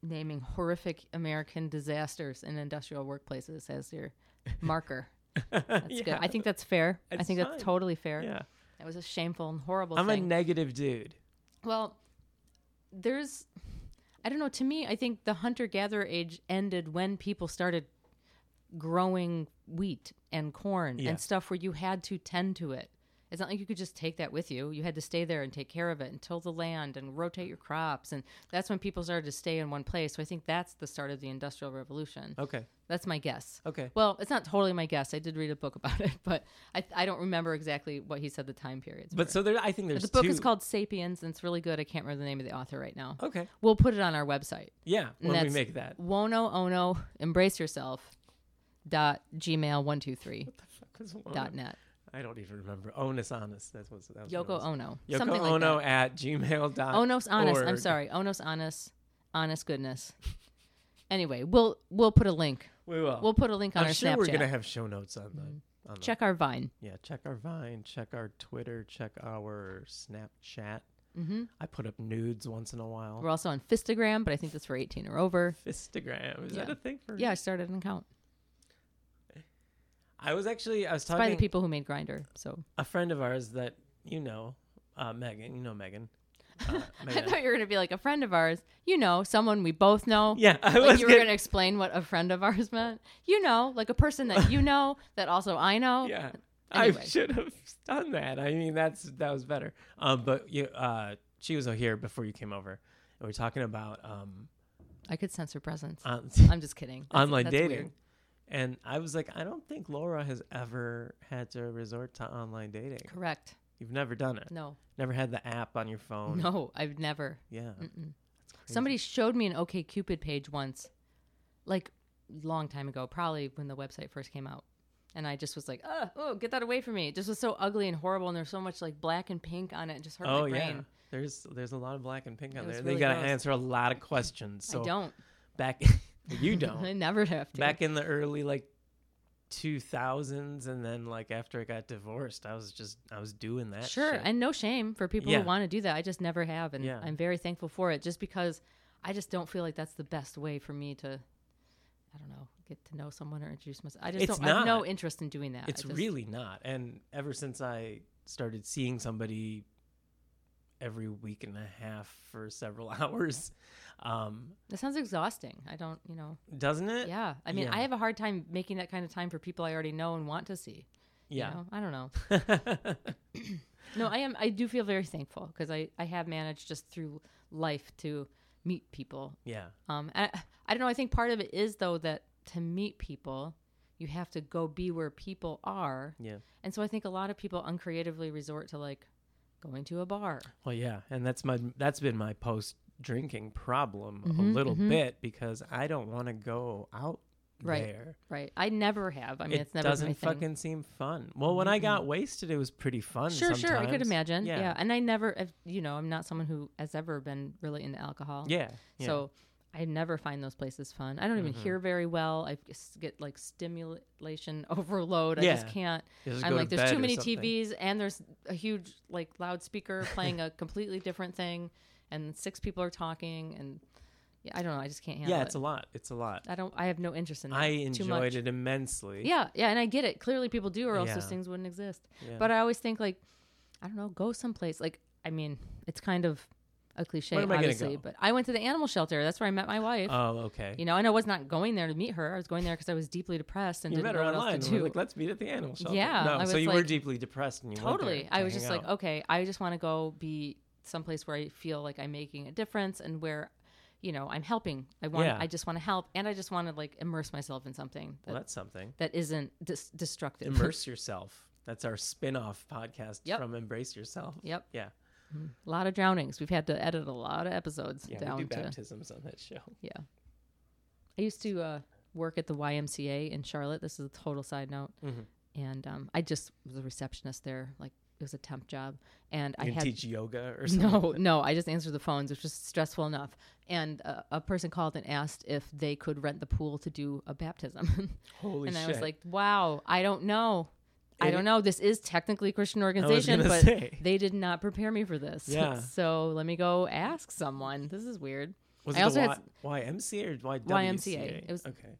Speaker 2: naming horrific American disasters in industrial workplaces as your
Speaker 3: *laughs*
Speaker 2: marker. That's good. I think that's fair. I
Speaker 3: It's
Speaker 2: think
Speaker 3: fine.
Speaker 2: that's totally fair.
Speaker 3: yeah.
Speaker 2: That was a shameful and horrible
Speaker 3: I'm
Speaker 2: thing.
Speaker 3: a negative dude.
Speaker 2: well, there's I don't know, to me I think the hunter gatherer age ended when people started growing wheat and corn
Speaker 3: Yeah.
Speaker 2: and stuff where you had to tend to it. It's not like you could just take that with you. You had to stay there and take care of it and till the land and rotate your crops. And that's when people started to stay in one place. So I think that's the start of the Industrial Revolution.
Speaker 3: Okay.
Speaker 2: That's my guess.
Speaker 3: Okay.
Speaker 2: Well, it's not totally my guess. I did read a book about *laughs* it, but I, I don't remember exactly what he said the time periods.
Speaker 3: But
Speaker 2: were.
Speaker 3: so there, I think there's
Speaker 2: the book
Speaker 3: two.
Speaker 2: is called Sapiens, and it's really good. I can't remember the name of the author right now.
Speaker 3: Okay.
Speaker 2: We'll put it on our website.
Speaker 3: Yeah.
Speaker 2: And
Speaker 3: When we
Speaker 2: that's
Speaker 3: make that.
Speaker 2: Wono Ono Embrace Yourself dot gmail one two three
Speaker 3: Because Ono-
Speaker 2: dot net.
Speaker 3: I don't even remember. Onus honest. That's what's that was what it
Speaker 2: Yoko
Speaker 3: was.
Speaker 2: Ono.
Speaker 3: Yoko
Speaker 2: something like
Speaker 3: Ono
Speaker 2: that.
Speaker 3: at gmail dot.
Speaker 2: Onos honest. I'm
Speaker 3: org.
Speaker 2: sorry. Onos honest. Honest goodness. *laughs* Anyway, we'll we'll put a link.
Speaker 3: We will.
Speaker 2: We'll put a link on
Speaker 3: Oh. I'm
Speaker 2: our
Speaker 3: sure
Speaker 2: Snapchat. Mm-hmm.
Speaker 3: we're gonna have show notes on the. On the-
Speaker 2: Check our Vine.
Speaker 3: Yeah. Check our Vine. Check our Twitter. Check our Snapchat.
Speaker 2: Mhm.
Speaker 3: I put up nudes once in a while.
Speaker 2: We're also on Fistagram, but I think that's for 18 or over.
Speaker 3: Instagram. Is that
Speaker 2: Yeah.
Speaker 3: a thing for?
Speaker 2: Yeah, I started an account.
Speaker 3: I was actually. I was
Speaker 2: It's by the
Speaker 3: talking.
Speaker 2: people who made Grinder. So *laughs*
Speaker 3: A friend of ours that you know, uh, Megan. You
Speaker 2: *laughs*
Speaker 3: know Megan. Uh,
Speaker 2: I
Speaker 3: Megan.
Speaker 2: thought you were going to be like a friend of ours. You know, someone we both know.
Speaker 3: Yeah, I
Speaker 2: like
Speaker 3: was
Speaker 2: you were
Speaker 3: gonna-
Speaker 2: going to explain what a friend of ours meant. You know, like a person that you know *laughs* that also I know.
Speaker 3: yeah. I
Speaker 2: Anyway.
Speaker 3: should have done that. I mean, that's that was better. Um, but you, uh, she was here before you came over, and we are talking about um,
Speaker 2: I could sense her presence.
Speaker 3: on,
Speaker 2: I'm just kidding. *laughs* That's-
Speaker 3: Uh, *laughs* online
Speaker 2: that's
Speaker 3: dating.
Speaker 2: weird.
Speaker 3: And I was like, I don't think Laura has ever had to resort to online dating.
Speaker 2: Correct.
Speaker 3: You've never done it.
Speaker 2: No,
Speaker 3: Never had the app on your phone.
Speaker 2: no, I've never.
Speaker 3: Yeah.
Speaker 2: Somebody showed me an OK Cupid page once, like long time ago, probably when the website first came out. And I just was like, oh, oh, get that away from me. It just was so ugly and horrible. And there's so much like black and pink on it. It just hurt
Speaker 3: Oh
Speaker 2: my
Speaker 3: yeah.
Speaker 2: brain.
Speaker 3: There's there's a lot of black and pink on
Speaker 2: was
Speaker 3: there. they
Speaker 2: really
Speaker 3: gotta
Speaker 2: gross.
Speaker 3: answer a lot of questions. So
Speaker 2: I don't.
Speaker 3: back *laughs* you don't.
Speaker 2: *laughs* I never have to.
Speaker 3: back in the early like 2000s and then like after I got divorced, I was just I was doing that
Speaker 2: Sure,
Speaker 3: shit.
Speaker 2: and no shame for people
Speaker 3: Yeah.
Speaker 2: who want to do that. I just never have, and
Speaker 3: Yeah.
Speaker 2: I'm very thankful for it. Just because I just don't feel like that's the best way for me to, I don't know, get to know someone or introduce myself. I just
Speaker 3: It's
Speaker 2: don't. I have no
Speaker 3: not.
Speaker 2: interest in doing that. I
Speaker 3: It's
Speaker 2: just-
Speaker 3: really not. And ever since I started seeing somebody every week and a half for several *laughs* hours, um,
Speaker 2: That sounds exhausting. I don't. You know.
Speaker 3: doesn't it?
Speaker 2: Yeah. I mean,
Speaker 3: yeah.
Speaker 2: I have a hard time making that kind of time for people I already know and want to see. you
Speaker 3: Yeah.
Speaker 2: know? I don't know. No, I am. I do feel very thankful because I I have managed just through life to meet people
Speaker 3: *laughs* yeah.
Speaker 2: Um, I, I don't know. I think part of it is though that to meet people, you have to go be where people are,
Speaker 3: Yeah.
Speaker 2: and so I think a lot of people uncreatively resort to like going to a bar.
Speaker 3: Well, yeah, and that's my that's been my post drinking problem a
Speaker 2: Mhm,
Speaker 3: little
Speaker 2: mhm.
Speaker 3: bit because I don't want to go out
Speaker 2: Right.
Speaker 3: there.
Speaker 2: Right. I never have. I mean,
Speaker 3: it
Speaker 2: it's never been
Speaker 3: doesn't
Speaker 2: my thing.
Speaker 3: fucking seem fun. Well, when I got wasted, it was pretty fun.
Speaker 2: Sure, sure. I could
Speaker 3: sometimes.
Speaker 2: imagine. Yeah.
Speaker 3: Yeah.
Speaker 2: And I never, I've- you know, I'm not someone who has ever been really into alcohol.
Speaker 3: Yeah. yeah. Mm-hmm.
Speaker 2: So I never find those places fun. I don't even hear very well. I s- get like stimulation *laughs* overload. I just
Speaker 3: Yeah.
Speaker 2: can't.
Speaker 3: You'll just
Speaker 2: I'm
Speaker 3: go to
Speaker 2: like, there's
Speaker 3: bed
Speaker 2: too
Speaker 3: or
Speaker 2: many
Speaker 3: something.
Speaker 2: TVs and there's a huge like loudspeaker playing a *laughs* completely different thing, and six people are talking, and yeah, I don't know. I just can't handle
Speaker 3: yeah,
Speaker 2: it.
Speaker 3: it's a lot. It's a lot.
Speaker 2: I don't. I have no interest in. That.
Speaker 3: I
Speaker 2: Too much.
Speaker 3: enjoyed it immensely.
Speaker 2: Yeah, yeah, and I get it. Clearly, people do, or else those
Speaker 3: Yeah.
Speaker 2: things wouldn't exist.
Speaker 3: Yeah.
Speaker 2: But I always think like, I don't know, go someplace. Like, I mean, it's kind of a cliche,
Speaker 3: Where am I gonna
Speaker 2: obviously.
Speaker 3: go?
Speaker 2: But I went to the animal shelter. That's where I met my wife.
Speaker 3: Oh, okay.
Speaker 2: you know, and I was not going there to meet her. I was going there because I was deeply depressed and
Speaker 3: You
Speaker 2: didn't
Speaker 3: met her
Speaker 2: know what
Speaker 3: online.
Speaker 2: else
Speaker 3: and
Speaker 2: to
Speaker 3: we're
Speaker 2: do.
Speaker 3: like, let's meet at the animal shelter.
Speaker 2: Yeah,
Speaker 3: No,
Speaker 2: I
Speaker 3: so
Speaker 2: was
Speaker 3: you were
Speaker 2: like-
Speaker 3: deeply depressed and you went there
Speaker 2: totally.
Speaker 3: to
Speaker 2: I was
Speaker 3: hang
Speaker 2: just like,
Speaker 3: out.
Speaker 2: okay, I just want to go be someplace where I feel like I'm making a difference and where, you know, I'm helping. I want.
Speaker 3: Yeah.
Speaker 2: I just want to help, and I just want to like immerse myself in something that,
Speaker 3: Well, that's
Speaker 2: *laughs*
Speaker 3: something.
Speaker 2: that isn't dis- destructive.
Speaker 3: Immerse yourself. That's our spin-off podcast
Speaker 2: Yep.
Speaker 3: from Embrace Yourself.
Speaker 2: *laughs* Yep.
Speaker 3: Yeah.
Speaker 2: A lot of drownings. We've had to edit a lot of episodes
Speaker 3: Yeah,
Speaker 2: down
Speaker 3: we do
Speaker 2: to
Speaker 3: baptisms on that show.
Speaker 2: yeah. I used to uh, work at the YMCA in Charlotte. This is a total side note,
Speaker 3: Mm-hmm.
Speaker 2: and um, I just was a receptionist there. Like it was a temp job, and I
Speaker 3: You can
Speaker 2: had
Speaker 3: teach yoga or something.
Speaker 2: *laughs* no, no. I just answered the phones, which was stressful enough. And uh, a person called and asked if they could rent the pool to do a baptism. *laughs*
Speaker 3: Holy
Speaker 2: and
Speaker 3: shit.
Speaker 2: I was like, wow, I don't know. I
Speaker 3: It-
Speaker 2: don't know. This is technically a Christian organization,
Speaker 3: gonna
Speaker 2: but
Speaker 3: say. *laughs*
Speaker 2: they did not prepare me for this. *laughs*
Speaker 3: Yeah.
Speaker 2: so let me go ask someone. This is weird.
Speaker 3: was
Speaker 2: I
Speaker 3: it
Speaker 2: also
Speaker 3: the
Speaker 2: had-
Speaker 3: y- YMCA or YWCA?
Speaker 2: YMCA. It was-
Speaker 3: okay.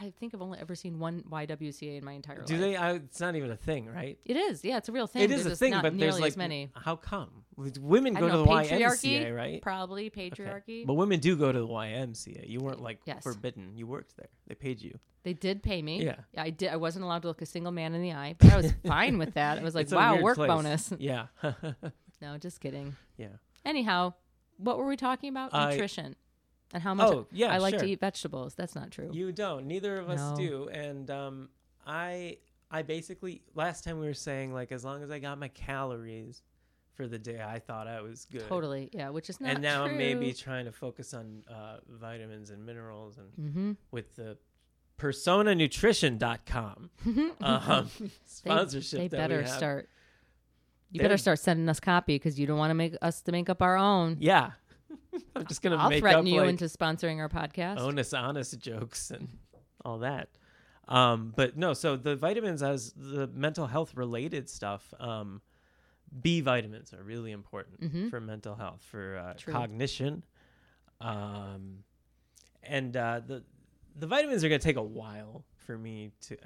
Speaker 2: I think I've only ever seen one YWCA in my entire
Speaker 3: Do
Speaker 2: life.
Speaker 3: they? I, it's not even a thing, right?
Speaker 2: It is. Yeah, it's a real thing.
Speaker 3: It is
Speaker 2: There's
Speaker 3: a
Speaker 2: just
Speaker 3: thing,
Speaker 2: not
Speaker 3: but
Speaker 2: nearly
Speaker 3: there's like
Speaker 2: as many.
Speaker 3: How come Like, women
Speaker 2: I
Speaker 3: go
Speaker 2: don't
Speaker 3: to the
Speaker 2: know, patriarchy,
Speaker 3: YMCA, right?
Speaker 2: Probably
Speaker 3: Okay.
Speaker 2: patriarchy.
Speaker 3: But women do go to the YMCA. You weren't like
Speaker 2: Yes.
Speaker 3: forbidden. You worked there. They paid you.
Speaker 2: They did pay me.
Speaker 3: Yeah.
Speaker 2: I did. I wasn't allowed to look a single man in the eye, but I
Speaker 3: *laughs*
Speaker 2: was fine with that. I was like,
Speaker 3: It's a
Speaker 2: wow,
Speaker 3: weird
Speaker 2: work
Speaker 3: place.
Speaker 2: bonus.
Speaker 3: *laughs* Yeah.
Speaker 2: No, just kidding.
Speaker 3: yeah.
Speaker 2: Anyhow, what were we talking about?
Speaker 3: I-
Speaker 2: Nutrition and how much
Speaker 3: Oh, yeah,
Speaker 2: I like
Speaker 3: sure.
Speaker 2: to eat vegetables. That's not true.
Speaker 3: You don't. Neither of us
Speaker 2: No.
Speaker 3: do. And um, I, I basically last time we were saying like as long as I got my calories for the day, I thought I was good.
Speaker 2: Totally. Yeah, which is not
Speaker 3: and now
Speaker 2: true.
Speaker 3: I'm maybe trying to focus on uh, vitamins and minerals and
Speaker 2: Mhm.
Speaker 3: with the personanutrition.com um,
Speaker 2: Mm-hmm. *laughs* They-
Speaker 3: sponsorship
Speaker 2: They,
Speaker 3: that we
Speaker 2: better
Speaker 3: have.
Speaker 2: start. You
Speaker 3: They're-
Speaker 2: better start sending us copy because you don't want to make us to make up our own.
Speaker 3: yeah *laughs* i'm just gonna
Speaker 2: I'll
Speaker 3: make
Speaker 2: threaten
Speaker 3: up
Speaker 2: you
Speaker 3: like, Oh,
Speaker 2: into sponsoring our podcast.
Speaker 3: onus honest jokes and all that um but no so the vitamins as the mental health related stuff um b vitamins are really important for mental health for uh,
Speaker 2: Mm-hmm. True.
Speaker 3: cognition um and uh the the vitamins are going to take a while for me to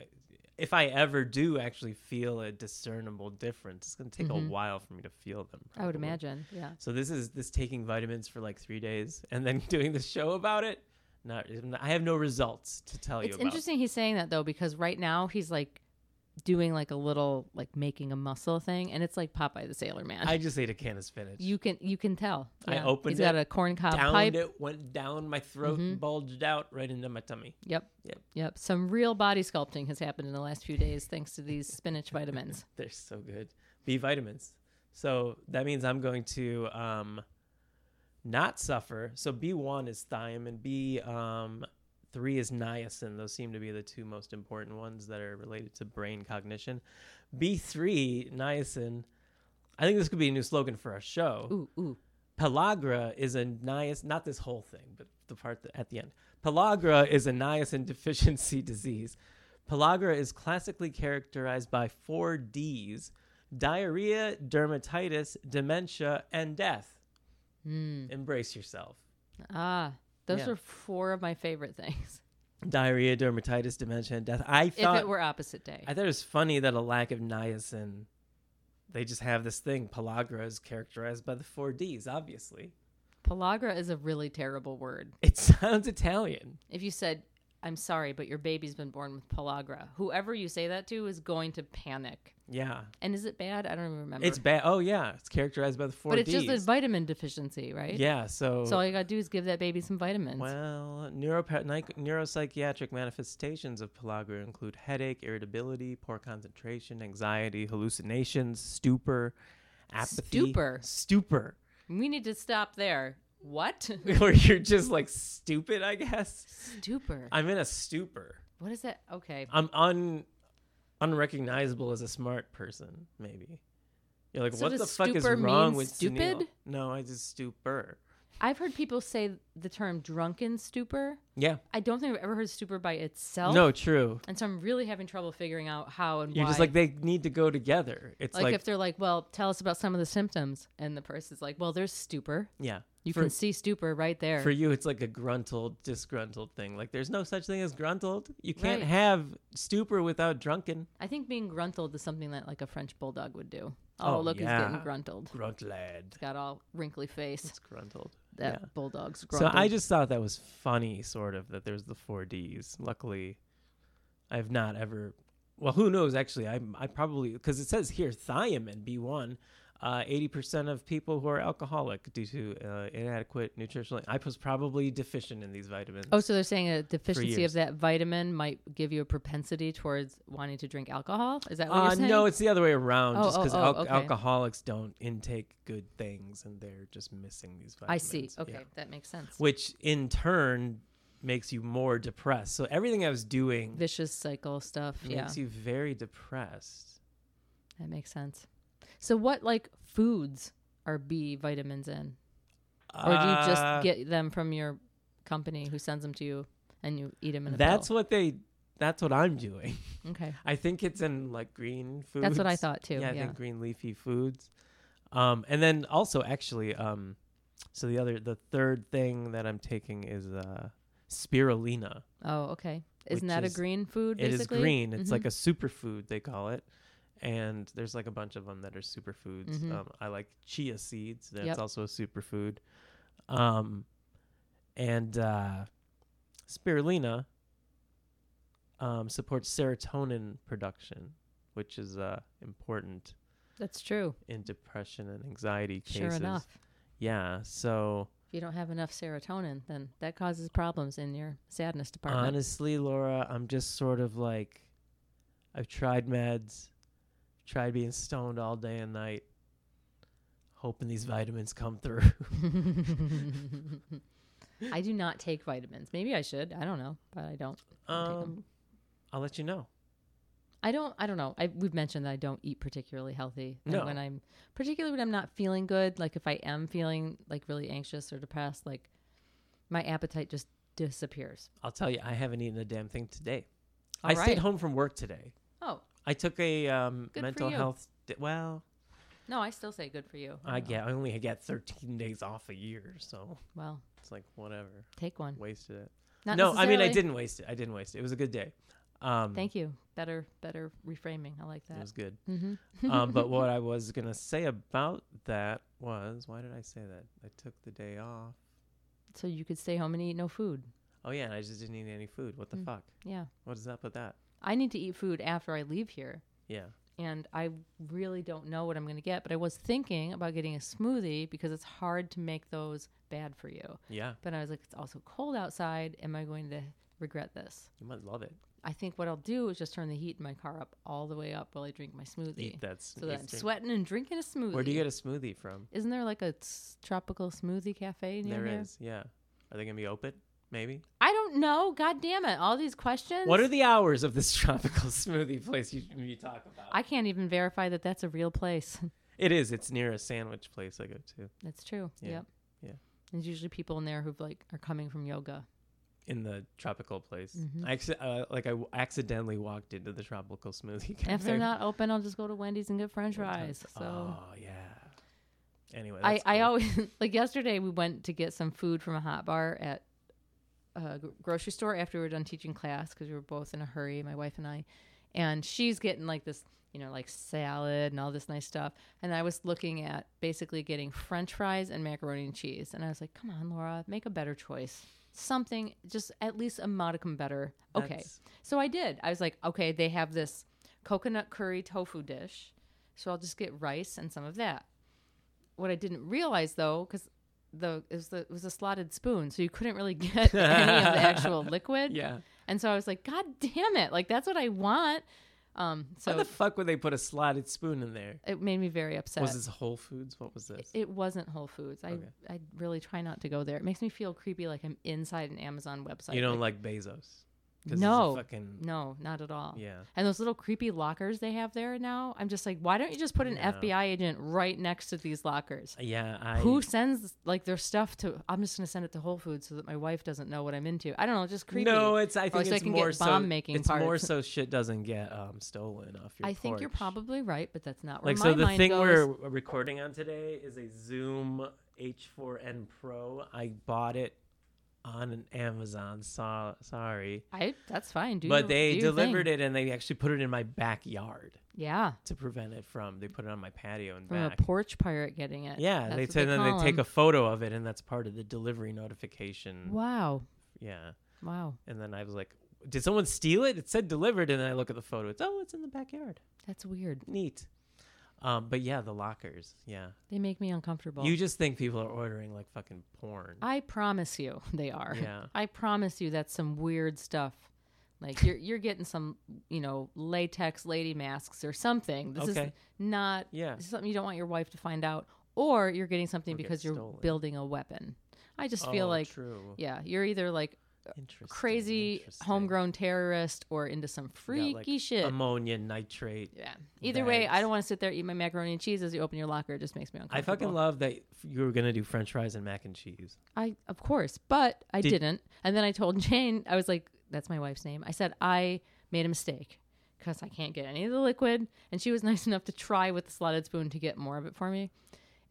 Speaker 3: if i ever do actually feel a discernible difference it's going to take a while for me to feel them
Speaker 2: Mm-hmm. I would
Speaker 3: probably.
Speaker 2: imagine. Yeah.
Speaker 3: So this is this taking vitamins for like three days and then *laughs* doing the show about it. Not, I have no results to tell you.
Speaker 2: It's
Speaker 3: about.
Speaker 2: interesting he's saying that though because right now he's like doing like a little like making a muscle thing and it's like Popeye the Sailor Man.
Speaker 3: I just ate a can of spinach.
Speaker 2: you can you can tell.
Speaker 3: I
Speaker 2: Yeah.
Speaker 3: opened
Speaker 2: He's got
Speaker 3: it,
Speaker 2: a corn cob
Speaker 3: downed
Speaker 2: pipe. Mm-hmm.
Speaker 3: it, went down my throat, bulged out right into my tummy.
Speaker 2: Yep.
Speaker 3: Yep.
Speaker 2: Yep. Some real body sculpting has happened in the last few days thanks to these spinach
Speaker 3: *laughs*
Speaker 2: vitamins.
Speaker 3: They're so good. B vitamins. So that means I'm going to um, not suffer. So B1 is thiamine. B um, three is niacin. Those seem to be the two most important ones that are related to brain cognition. B three niacin. I think this could be a new slogan for our show.
Speaker 2: Ooh, ooh.
Speaker 3: Pellagra is a niacin, not this whole thing, but the part that, at the end. Pellagra is a niacin deficiency *laughs* disease. Pellagra is classically characterized by four D's diarrhea, dermatitis, dementia, and death.
Speaker 2: Hmm.
Speaker 3: Embrace yourself.
Speaker 2: Ah, those
Speaker 3: Yeah.
Speaker 2: are four of my favorite things. *laughs*
Speaker 3: Diarrhea, dermatitis, dementia, and death. I
Speaker 2: if
Speaker 3: thought
Speaker 2: it were opposite day.
Speaker 3: I thought it was funny that a lack of niacin. They just have this thing. Pellagra is characterized by the four D's. Obviously,
Speaker 2: Pellagra is a really terrible word.
Speaker 3: it *laughs* sounds Italian.
Speaker 2: If you said, I'm sorry, but your baby's been born with pellagra, whoever you say that to is going to panic.
Speaker 3: Yeah,
Speaker 2: And is it bad? I don't even remember.
Speaker 3: it's bad. Oh yeah, it's characterized by the four
Speaker 2: But it's
Speaker 3: D's.
Speaker 2: just a vitamin deficiency, right?
Speaker 3: yeah, so,
Speaker 2: So all you gotta do is give that baby some vitamins.
Speaker 3: well, neuropa- nic- neuropsychiatric manifestations of pellagra include headache, irritability, poor concentration, anxiety, hallucinations, stupor, apathy,
Speaker 2: Stupor.
Speaker 3: stupor, *laughs*
Speaker 2: We need to stop there. What? *laughs*
Speaker 3: where you're just like stupid. I guess
Speaker 2: Stupor.
Speaker 3: I'm in a stupor.
Speaker 2: What is that? Okay.
Speaker 3: I'm un unrecognizable as a smart person, maybe. You're like,
Speaker 2: So
Speaker 3: what
Speaker 2: does
Speaker 3: the fuck is
Speaker 2: stupor
Speaker 3: wrong
Speaker 2: mean
Speaker 3: with
Speaker 2: stupid?
Speaker 3: Sunil?" No, I just stupor.
Speaker 2: I've heard people say the term drunken stupor.
Speaker 3: Yeah.
Speaker 2: I don't think I've ever heard stupor by itself.
Speaker 3: No, true.
Speaker 2: And so I'm really having trouble figuring out how and
Speaker 3: You're
Speaker 2: why.
Speaker 3: just like they need to go together. It's
Speaker 2: like,
Speaker 3: like,
Speaker 2: if they're like, well, tell us about some of the symptoms, and the person's like, well, there's stupor.
Speaker 3: yeah.
Speaker 2: You
Speaker 3: for,
Speaker 2: can see stupor right there.
Speaker 3: for you, it's like a gruntled, disgruntled thing. Like there's no such thing as gruntled. You can't
Speaker 2: Right.
Speaker 3: have stupor without drunken.
Speaker 2: I think being gruntled is something that like a French bulldog would do. Oh,
Speaker 3: Oh,
Speaker 2: look, he's
Speaker 3: yeah.
Speaker 2: getting gruntled.
Speaker 3: Grunt lad.
Speaker 2: Got all wrinkly face.
Speaker 3: It's gruntled.
Speaker 2: That
Speaker 3: yeah.
Speaker 2: bulldog's
Speaker 3: So
Speaker 2: gruntled.
Speaker 3: I just thought that was funny, sort of, that there's the four Ds. Luckily, I've not ever. Well, who knows? Actually, I I probably because it says here thiamine B one. Uh, Eighty percent of people who are alcoholic due to uh, inadequate nutritional. I was probably deficient in these vitamins.
Speaker 2: Oh, so they're saying a deficiency
Speaker 3: years.
Speaker 2: of that vitamin might give you a propensity towards wanting to drink alcohol? Is that what
Speaker 3: uh,
Speaker 2: you're saying?
Speaker 3: no, it's the other way around.
Speaker 2: Oh,
Speaker 3: just
Speaker 2: oh,
Speaker 3: because
Speaker 2: oh,
Speaker 3: al-
Speaker 2: okay.
Speaker 3: alcoholics don't intake good things, and they're just missing these
Speaker 2: I
Speaker 3: vitamins.
Speaker 2: see.
Speaker 3: Yeah.
Speaker 2: Okay, that makes sense.
Speaker 3: Which in turn makes you more depressed. So everything I was doing
Speaker 2: Vicious cycle stuff. Yeah,
Speaker 3: makes you very depressed.
Speaker 2: that makes sense. So what like foods are B vitamins in? Or do you
Speaker 3: Uh,
Speaker 2: just get them from your company who sends them to you and you eat them in a
Speaker 3: That's
Speaker 2: pill?
Speaker 3: what they. That's what I'm doing. *laughs*
Speaker 2: okay.
Speaker 3: I think it's in like green foods.
Speaker 2: That's what I thought too. Yeah.
Speaker 3: Yeah, I think green leafy foods. Um, and then also actually, um, so the other, the third thing that I'm taking is uh, spirulina.
Speaker 2: oh, okay. Isn't
Speaker 3: which
Speaker 2: that
Speaker 3: is-
Speaker 2: a green food?
Speaker 3: It
Speaker 2: Basically? Mm-hmm.
Speaker 3: is green. It's like a superfood they call it, and there's like a bunch of them that are superfoods.
Speaker 2: Mhm.
Speaker 3: Um, I like chia seeds. That's
Speaker 2: Yep.
Speaker 3: also a superfood. Um, and uh, spirulina um, supports serotonin production, which is uh, important
Speaker 2: That's true.
Speaker 3: in depression and anxiety cases.
Speaker 2: Sure enough.
Speaker 3: Yeah. So
Speaker 2: If you don't have enough serotonin, then that causes problems in your sadness department.
Speaker 3: honestly, Laura, I'm just sort of like, I've tried meds, tried being stoned all day and night, hoping these vitamins come
Speaker 2: *laughs*
Speaker 3: through.
Speaker 2: *laughs* I do not take vitamins. Maybe I should. I don't know, but I don't. I don't take 'em.
Speaker 3: um, I'll let you know.
Speaker 2: I don't. I don't know. I, we've mentioned that I don't eat particularly healthy. and
Speaker 3: No.
Speaker 2: When I'm particularly when I'm not feeling good, like if I am feeling like really anxious or depressed, like my appetite just disappears.
Speaker 3: I'll tell you, I haven't eaten a damn thing today.
Speaker 2: All
Speaker 3: I
Speaker 2: right.
Speaker 3: stayed home from work today.
Speaker 2: Oh
Speaker 3: I took a um,
Speaker 2: Good for
Speaker 3: mental
Speaker 2: you.
Speaker 3: health. Di- well,
Speaker 2: no, I still say good for you.
Speaker 3: I
Speaker 2: don't know.
Speaker 3: get. I only get 13 days off a year, so
Speaker 2: Well,
Speaker 3: it's like whatever.
Speaker 2: take one.
Speaker 3: Wasted it.
Speaker 2: Not
Speaker 3: no, I mean I
Speaker 2: necessarily.
Speaker 3: didn't waste it. I didn't waste it. It was a good day. Um,
Speaker 2: Thank you. Better, better reframing. I like
Speaker 3: It
Speaker 2: that.
Speaker 3: was good.
Speaker 2: hmm
Speaker 3: um,
Speaker 2: *laughs*
Speaker 3: but what I was gonna say about that was, why did I say that? I took the day off.
Speaker 2: So you could stay home and eat no food.
Speaker 3: Oh yeah, and I just didn't eat any food.
Speaker 2: Mm.
Speaker 3: What the fuck?
Speaker 2: Yeah.
Speaker 3: What is up with that?
Speaker 2: I need to eat food after I leave here.
Speaker 3: Yeah.
Speaker 2: and I really don't know what I'm going to get, but I was thinking about getting a smoothie because it's hard to make those bad for you.
Speaker 3: Yeah.
Speaker 2: But I was like, it's also cold outside. Am I going to regret this?
Speaker 3: You might love it.
Speaker 2: I think what I'll do is just turn the heat in my car up all the way up while I drink my smoothie.
Speaker 3: Eat that.
Speaker 2: so that I'm
Speaker 3: sweating.
Speaker 2: sweating and drinking a smoothie.
Speaker 3: Where do you get a smoothie from?
Speaker 2: Isn't there like a s- tropical smoothie cafe near
Speaker 3: There
Speaker 2: here?
Speaker 3: is. Yeah. Are they gonna be open? Maybe.
Speaker 2: I don't know. God damn it. All these questions.
Speaker 3: What are the hours of this *laughs* tropical smoothie place you, you talk about?
Speaker 2: I can't even verify that that's a real place. *laughs*
Speaker 3: it is. It's near a sandwich place I go to.
Speaker 2: that's true.
Speaker 3: Yeah.
Speaker 2: Yep.
Speaker 3: Yeah.
Speaker 2: There's usually people in there who've like are coming from yoga.
Speaker 3: in the tropical place.
Speaker 2: Mm-hmm.
Speaker 3: I acci- uh, like I w- accidentally walked into the tropical smoothie. *laughs*
Speaker 2: If they're
Speaker 3: cafe.
Speaker 2: not open, I'll just go to Wendy's and get French fries. So
Speaker 3: Oh yeah. Anyway,
Speaker 2: I,
Speaker 3: that's
Speaker 2: I
Speaker 3: cool.
Speaker 2: always *laughs* like yesterday we went to get some food from a hot bar at a gr- grocery store after we were done teaching class because we were both in a hurry, my wife and I. And she's getting like this, you know, like salad and all this nice stuff. And I was looking at basically getting French fries and macaroni and cheese. And I was like, come on, Laura, make a better choice. Something just at least a modicum better. Okay.
Speaker 3: That's-
Speaker 2: So I did. I was like, okay, they have this coconut curry tofu dish. So I'll just get rice and some of that. What I didn't realize though, because the it was the it was a slotted spoon, so you couldn't really *laughs* get any of the
Speaker 3: *laughs*
Speaker 2: actual liquid.
Speaker 3: yeah.
Speaker 2: And so I was like, God damn it! Like that's what I want. Um.
Speaker 3: Why
Speaker 2: So
Speaker 3: the fuck would they put a slotted spoon in there?
Speaker 2: it made me very upset.
Speaker 3: Was this Whole Foods? What was this?
Speaker 2: It wasn't Whole Foods. I
Speaker 3: Okay.
Speaker 2: I really try not to go there. It makes me feel creepy, like I'm inside an Amazon website.
Speaker 3: you don't like Bezos? 'Cause he's a
Speaker 2: No.
Speaker 3: fucking-
Speaker 2: No, not at all.
Speaker 3: Yeah.
Speaker 2: And those little creepy lockers they have there now, I'm just like, why don't you just put an
Speaker 3: No.
Speaker 2: FBI agent right next to these lockers?
Speaker 3: Yeah. I,
Speaker 2: Who sends like their stuff to? I'm just gonna send it to Whole Foods so that my wife doesn't know what I'm into. I don't know, it's just creepy.
Speaker 3: No, it's. I
Speaker 2: Or
Speaker 3: think
Speaker 2: so
Speaker 3: it's
Speaker 2: I can get
Speaker 3: more so.
Speaker 2: bomb-making
Speaker 3: it's more
Speaker 2: parts.
Speaker 3: so shit doesn't get um, stolen off your.
Speaker 2: I think you're
Speaker 3: porch.
Speaker 2: probably right, but that's not where
Speaker 3: like
Speaker 2: my
Speaker 3: so. The
Speaker 2: mind
Speaker 3: thing
Speaker 2: goes.
Speaker 3: we're recording on today is a Zoom H4n Pro. I bought it on an Amazon. So, sorry,
Speaker 2: I that's fine, dude.
Speaker 3: but they delivered it and they actually put it in my backyard
Speaker 2: Yeah,
Speaker 3: to prevent it from. They put it on my patio and
Speaker 2: from
Speaker 3: back.
Speaker 2: a porch pirate getting it.
Speaker 3: Yeah,
Speaker 2: That's
Speaker 3: they
Speaker 2: what
Speaker 3: said then
Speaker 2: call
Speaker 3: they take a
Speaker 2: them.
Speaker 3: photo of it, and that's part of the delivery notification.
Speaker 2: Wow,
Speaker 3: Yeah,
Speaker 2: wow,
Speaker 3: and then I was like, "Did someone steal it?" It said delivered, and then I look at the photo. It's oh, it's in the backyard.
Speaker 2: that's weird.
Speaker 3: Neat. Um, but yeah, the lockers. Yeah,
Speaker 2: They make me uncomfortable.
Speaker 3: you just think people are ordering like fucking porn.
Speaker 2: I promise you *laughs* they are.
Speaker 3: Yeah.
Speaker 2: I promise you that's some weird stuff. Like you're you're getting some, you know, latex lady masks or something. This is
Speaker 3: Okay.
Speaker 2: not
Speaker 3: Yeah.
Speaker 2: this is something you don't want your wife to find out. Or you're getting something
Speaker 3: Or get
Speaker 2: because you're
Speaker 3: stolen.
Speaker 2: building a weapon. I just feel
Speaker 3: Oh,
Speaker 2: like
Speaker 3: true.
Speaker 2: yeah, you're either like
Speaker 3: Interesting,
Speaker 2: crazy
Speaker 3: interesting.
Speaker 2: homegrown terrorist or into some
Speaker 3: Got,
Speaker 2: freaky
Speaker 3: like,
Speaker 2: shit.
Speaker 3: Ammonia nitrate.
Speaker 2: yeah. Either way, I
Speaker 3: bags.
Speaker 2: don't want to sit there eat my macaroni and cheese as you open your locker. It just makes me
Speaker 3: I
Speaker 2: uncomfortable.
Speaker 3: fucking love that you were gonna do French fries and mac and cheese.
Speaker 2: I of course, but I
Speaker 3: Did-
Speaker 2: did, not And then I told *laughs* Jane, I was like, "That's my wife's name." I said I made a mistake because I can't get any of the liquid, and she was *laughs* nice enough to try with the slotted spoon to get more of it for me.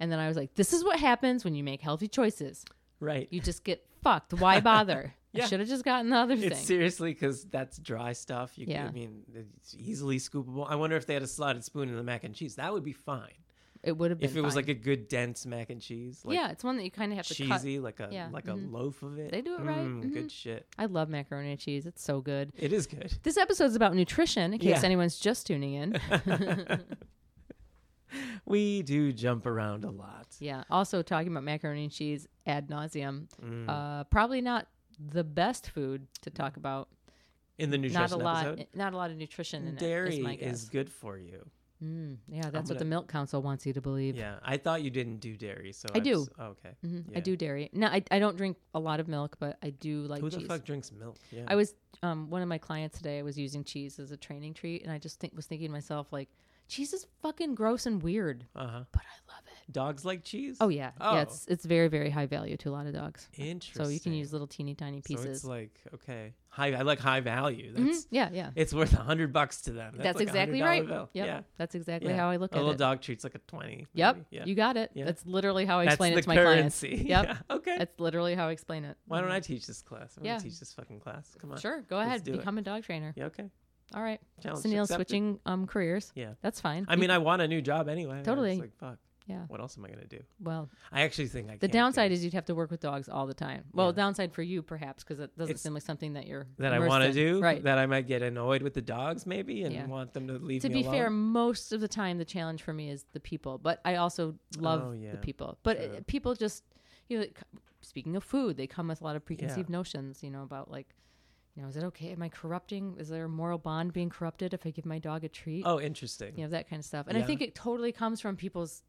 Speaker 2: And then I was like, "This is what happens when you make healthy choices.
Speaker 3: Right.
Speaker 2: You just get fucked.
Speaker 3: *laughs*
Speaker 2: Why bother?
Speaker 3: Yeah.
Speaker 2: I should have just gotten the other
Speaker 3: *laughs* It's
Speaker 2: thing."
Speaker 3: seriously because that's dry stuff. You, yeah.
Speaker 2: Yeah.
Speaker 3: I mean, it's easily scoopable. I wonder if they had a slotted spoon in the mac and cheese. That would be fine
Speaker 2: it would have been
Speaker 3: if it was
Speaker 2: fine.
Speaker 3: like a good dense mac and cheese. Like
Speaker 2: yeah, it's one that you kind of have to cut.
Speaker 3: cheesy, like a
Speaker 2: Yeah, mm-hmm.
Speaker 3: like a loaf of it.
Speaker 2: They do it right, Mm-hmm.
Speaker 3: Mm, Good shit.
Speaker 2: I love macaroni and cheese. It's so good.
Speaker 3: It is good.
Speaker 2: This episode's about nutrition, in case
Speaker 3: Yeah.
Speaker 2: anyone's just tuning
Speaker 3: *laughs*
Speaker 2: in.
Speaker 3: We do jump around a lot.
Speaker 2: Yeah. Also talking about macaroni and cheese ad nauseum.
Speaker 3: Hmm. Mm.
Speaker 2: Uh, probably not the best food to talk about.
Speaker 3: In the nutrition
Speaker 2: not a lot.
Speaker 3: episode,
Speaker 2: Not a lot of nutrition in
Speaker 3: dairy
Speaker 2: it. Is my
Speaker 3: is,
Speaker 2: guess.
Speaker 3: good for you.
Speaker 2: Mm, yeah, that's what
Speaker 3: gonna-
Speaker 2: the milk council wants you to believe.
Speaker 3: Yeah, I thought you didn't do dairy, so
Speaker 2: I
Speaker 3: I'm
Speaker 2: do.
Speaker 3: s- okay,
Speaker 2: Mhm,
Speaker 3: Yeah.
Speaker 2: I do dairy. No, I, I don't drink a lot of milk, but I do like
Speaker 3: Who
Speaker 2: cheese.
Speaker 3: the fuck drinks milk? Yeah,
Speaker 2: I was um, one of my clients today. I was using cheese as a training treat, and I just think was thinking to myself like, cheese is fucking gross and weird,
Speaker 3: uh huh.
Speaker 2: but I love it.
Speaker 3: Dogs like cheese.
Speaker 2: Oh yeah,
Speaker 3: Oh.
Speaker 2: yeah. It's it's very very high value to a lot of dogs.
Speaker 3: interesting.
Speaker 2: So you can use little teeny tiny
Speaker 3: So
Speaker 2: pieces.
Speaker 3: it's like okay, high. I like high value. That's
Speaker 2: Mhm. Yeah, yeah.
Speaker 3: it's worth a hundred bucks to them.
Speaker 2: That's,
Speaker 3: like a
Speaker 2: exactly
Speaker 3: $100
Speaker 2: right.
Speaker 3: bill.
Speaker 2: Yep.
Speaker 3: Yeah.
Speaker 2: That's exactly
Speaker 3: yeah.
Speaker 2: how I look at
Speaker 3: a little
Speaker 2: it.
Speaker 3: dog treat's like a twenty.
Speaker 2: Yep.
Speaker 3: maybe. Yeah.
Speaker 2: You got it.
Speaker 3: Yeah.
Speaker 2: That's literally how I
Speaker 3: That's
Speaker 2: explain
Speaker 3: the
Speaker 2: it to my
Speaker 3: currency.
Speaker 2: clients. Yep.
Speaker 3: *laughs* Yeah. Okay.
Speaker 2: That's literally how I explain it.
Speaker 3: Why don't I teach this class? I'm
Speaker 2: Yeah.
Speaker 3: gonna teach this fucking class. Come on.
Speaker 2: Sure, go
Speaker 3: Let's
Speaker 2: ahead.
Speaker 3: do it.
Speaker 2: Become a dog trainer.
Speaker 3: Yeah. Okay.
Speaker 2: All right.
Speaker 3: Challenge
Speaker 2: Sunil
Speaker 3: accepted.
Speaker 2: switching um careers.
Speaker 3: Yeah.
Speaker 2: That's fine.
Speaker 3: I mean, I want a new job anyway. I
Speaker 2: Totally.
Speaker 3: was like, fuck.
Speaker 2: Yeah.
Speaker 3: What else am I gonna do?
Speaker 2: Well,
Speaker 3: I actually think I.
Speaker 2: the downside is you'd have to work with dogs all the time. Well, downside for you perhaps because it doesn't
Speaker 3: It's-
Speaker 2: seem like something that you're
Speaker 3: that I
Speaker 2: immersed
Speaker 3: want to
Speaker 2: in.
Speaker 3: do.
Speaker 2: Right.
Speaker 3: That I might get annoyed with the dogs maybe and
Speaker 2: Yeah.
Speaker 3: want them to leave
Speaker 2: to
Speaker 3: me
Speaker 2: be
Speaker 3: alone.
Speaker 2: fair, most of the time the challenge for me is the people, but I also love
Speaker 3: Oh, yeah.
Speaker 2: the people. But uh, people just, you know, it co- speaking of food, they come with a lot of preconceived notions, you know, about like, you know, is it okay? Am I corrupting? Is there a moral bond being corrupted if I give my dog a treat?
Speaker 3: Oh, interesting.
Speaker 2: You know, that kind of stuff. And
Speaker 3: Yeah.
Speaker 2: I think it totally comes from people's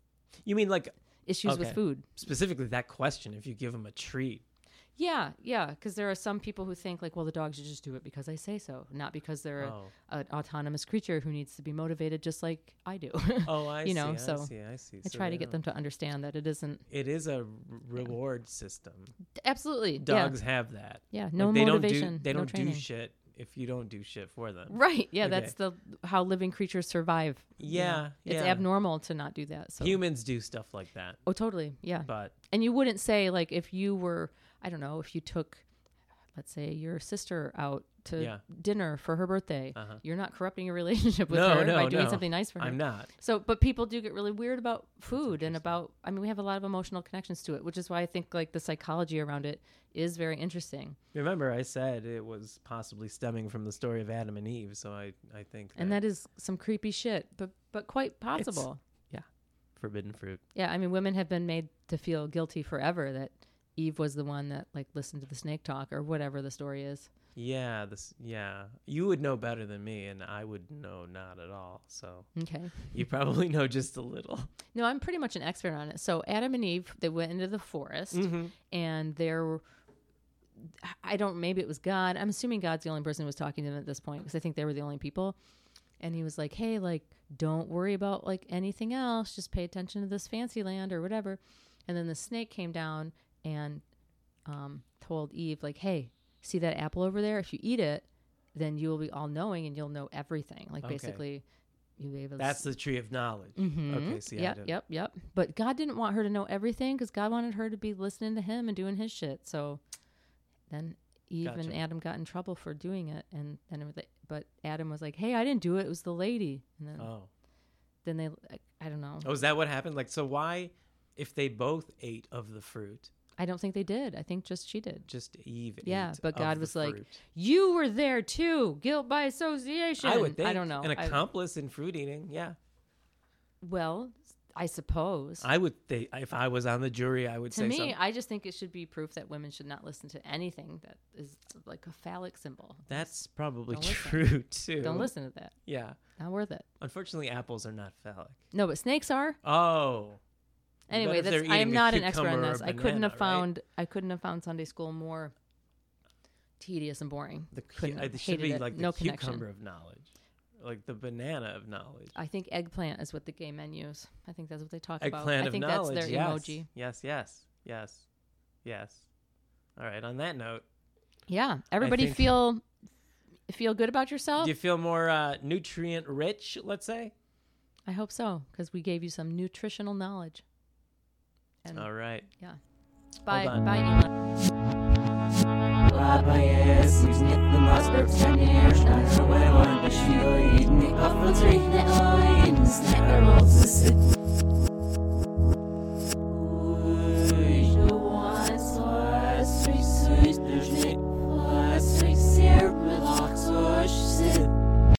Speaker 3: You mean like
Speaker 2: issues with
Speaker 3: Okay.
Speaker 2: food.
Speaker 3: specifically that question? If you give them a treat,
Speaker 2: Yeah, yeah, because there are some people who think like, well, the dog should just do it because I say so, not because they're a-
Speaker 3: Oh.
Speaker 2: an autonomous creature who needs to be motivated just like I do. *laughs*
Speaker 3: Oh, I
Speaker 2: you know,
Speaker 3: see.
Speaker 2: so
Speaker 3: I see. I see.
Speaker 2: I
Speaker 3: So
Speaker 2: try to
Speaker 3: they
Speaker 2: get
Speaker 3: don't-
Speaker 2: them to understand that it isn't
Speaker 3: It is a r- reward system.
Speaker 2: absolutely
Speaker 3: Dogs have that.
Speaker 2: Yeah, no
Speaker 3: Like, they Don't do,
Speaker 2: motivation,
Speaker 3: they
Speaker 2: no
Speaker 3: don't do
Speaker 2: training.
Speaker 3: shit if you don't do shit for them.
Speaker 2: Yeah. Right. Yeah, that's the how living creatures survive. you know.
Speaker 3: Yeah,
Speaker 2: It's
Speaker 3: yeah.
Speaker 2: abnormal to not do that. So
Speaker 3: Humans do stuff like that,
Speaker 2: Oh, totally. Yeah.
Speaker 3: but
Speaker 2: and you wouldn't say like if you were i don't know if you took let's say your sister out to
Speaker 3: Yeah. Uh-huh.
Speaker 2: dinner for her birthday you're not corrupting your *laughs* relationship with
Speaker 3: no,
Speaker 2: her
Speaker 3: no,
Speaker 2: by doing
Speaker 3: no.
Speaker 2: something nice for her
Speaker 3: I'm not.
Speaker 2: so but people do get really weird about food and about i mean we have a lot of emotional connections to it which is why i think like the psychology around it is very interesting
Speaker 3: Remember, I said it was possibly stemming from the story of Adam and Eve, so I, I think
Speaker 2: and that is some creepy shit but but quite possible
Speaker 3: forbidden fruit.
Speaker 2: yeah i mean women have been made to feel guilty forever that eve was the one that like listened to the snake talk or whatever the story is
Speaker 3: Yeah, this. Yeah, you would know better than me, and I would know not at all. So
Speaker 2: okay
Speaker 3: you probably know just a little.
Speaker 2: No, I'm pretty much an expert on it. So Adam and Eve, they went into the forest,
Speaker 3: Mm-hmm.
Speaker 2: and there, I don't. Maybe it was God. I'm assuming God's the only person who was talking to them at this point because I think they were the only people. And he was like, "Hey, like, don't worry about like anything else. Just pay attention to this fancy land or whatever." And then the snake came down and um, told Eve, "Like, hey, see that apple over there? If you eat it, then you will be all knowing and you'll know everything. Like,
Speaker 3: Okay.
Speaker 2: basically." You'll be able to
Speaker 3: That's the tree of knowledge. Okay, see,
Speaker 2: Mm-hmm.
Speaker 3: I
Speaker 2: yep,
Speaker 3: don't-
Speaker 2: yep, yep. But God didn't want her to know everything because God wanted her to be listening to Him and doing His shit. So then Eve and
Speaker 3: Gotcha.
Speaker 2: Adam got in trouble for doing it, and then it was like, but Adam was like, "Hey, I didn't do it. It was the lady." And then,
Speaker 3: Oh,
Speaker 2: then they, I, I don't know.
Speaker 3: oh, is that what happened? Like, so why, if they both ate of the fruit,
Speaker 2: I don't think they did. I think just she did.
Speaker 3: just Eve?
Speaker 2: Yeah,
Speaker 3: ate
Speaker 2: but
Speaker 3: of
Speaker 2: God
Speaker 3: the
Speaker 2: was like,
Speaker 3: fruit?
Speaker 2: "You were there too. Guilt by association."
Speaker 3: I would think.
Speaker 2: I don't know.
Speaker 3: An
Speaker 2: I-
Speaker 3: accomplice in fruit eating. Yeah,
Speaker 2: well, I suppose.
Speaker 3: I would think if I was on the jury, I would
Speaker 2: to
Speaker 3: say
Speaker 2: me,
Speaker 3: something.
Speaker 2: I just think it should be proof that women should not listen to anything that is like a phallic symbol.
Speaker 3: That's probably
Speaker 2: Don't listen.
Speaker 3: true too.
Speaker 2: Don't listen to that.
Speaker 3: Yeah.
Speaker 2: Not worth it.
Speaker 3: Unfortunately, apples are not phallic.
Speaker 2: No, but snakes are.
Speaker 3: Oh, bet
Speaker 2: Anyway,
Speaker 3: if they're
Speaker 2: that's, I am
Speaker 3: eating a
Speaker 2: not an expert on
Speaker 3: cucumber or a
Speaker 2: this. I couldn't
Speaker 3: banana,
Speaker 2: have
Speaker 3: right?
Speaker 2: found I couldn't have found Sunday school more tedious and boring.
Speaker 3: the cu- uh,
Speaker 2: couldn't have
Speaker 3: it should
Speaker 2: hated
Speaker 3: be
Speaker 2: it.
Speaker 3: like the
Speaker 2: no
Speaker 3: cucumber
Speaker 2: connection.
Speaker 3: of knowledge, like the banana of knowledge.
Speaker 2: I think eggplant is what the gay men use. I think that's what they talk about.
Speaker 3: Eggplant
Speaker 2: I think
Speaker 3: of knowledge.
Speaker 2: that's their
Speaker 3: yes.
Speaker 2: emoji.
Speaker 3: Yes, yes, yes, yes. All right. On that note,
Speaker 2: Yeah, everybody
Speaker 3: think-
Speaker 2: feel feel good about yourself.
Speaker 3: do you feel more uh, nutrient rich? Let's say.
Speaker 2: I hope so because we gave you some nutritional knowledge. And
Speaker 3: All right.
Speaker 2: yeah, bye
Speaker 3: on.
Speaker 2: bye Elon.
Speaker 1: Labayes, who's knit the Mosberg Spanier, Schneider, Weber, and Schiele, jeden Kopf und Rechne, Oin, Snacker, Rolls, Sitz,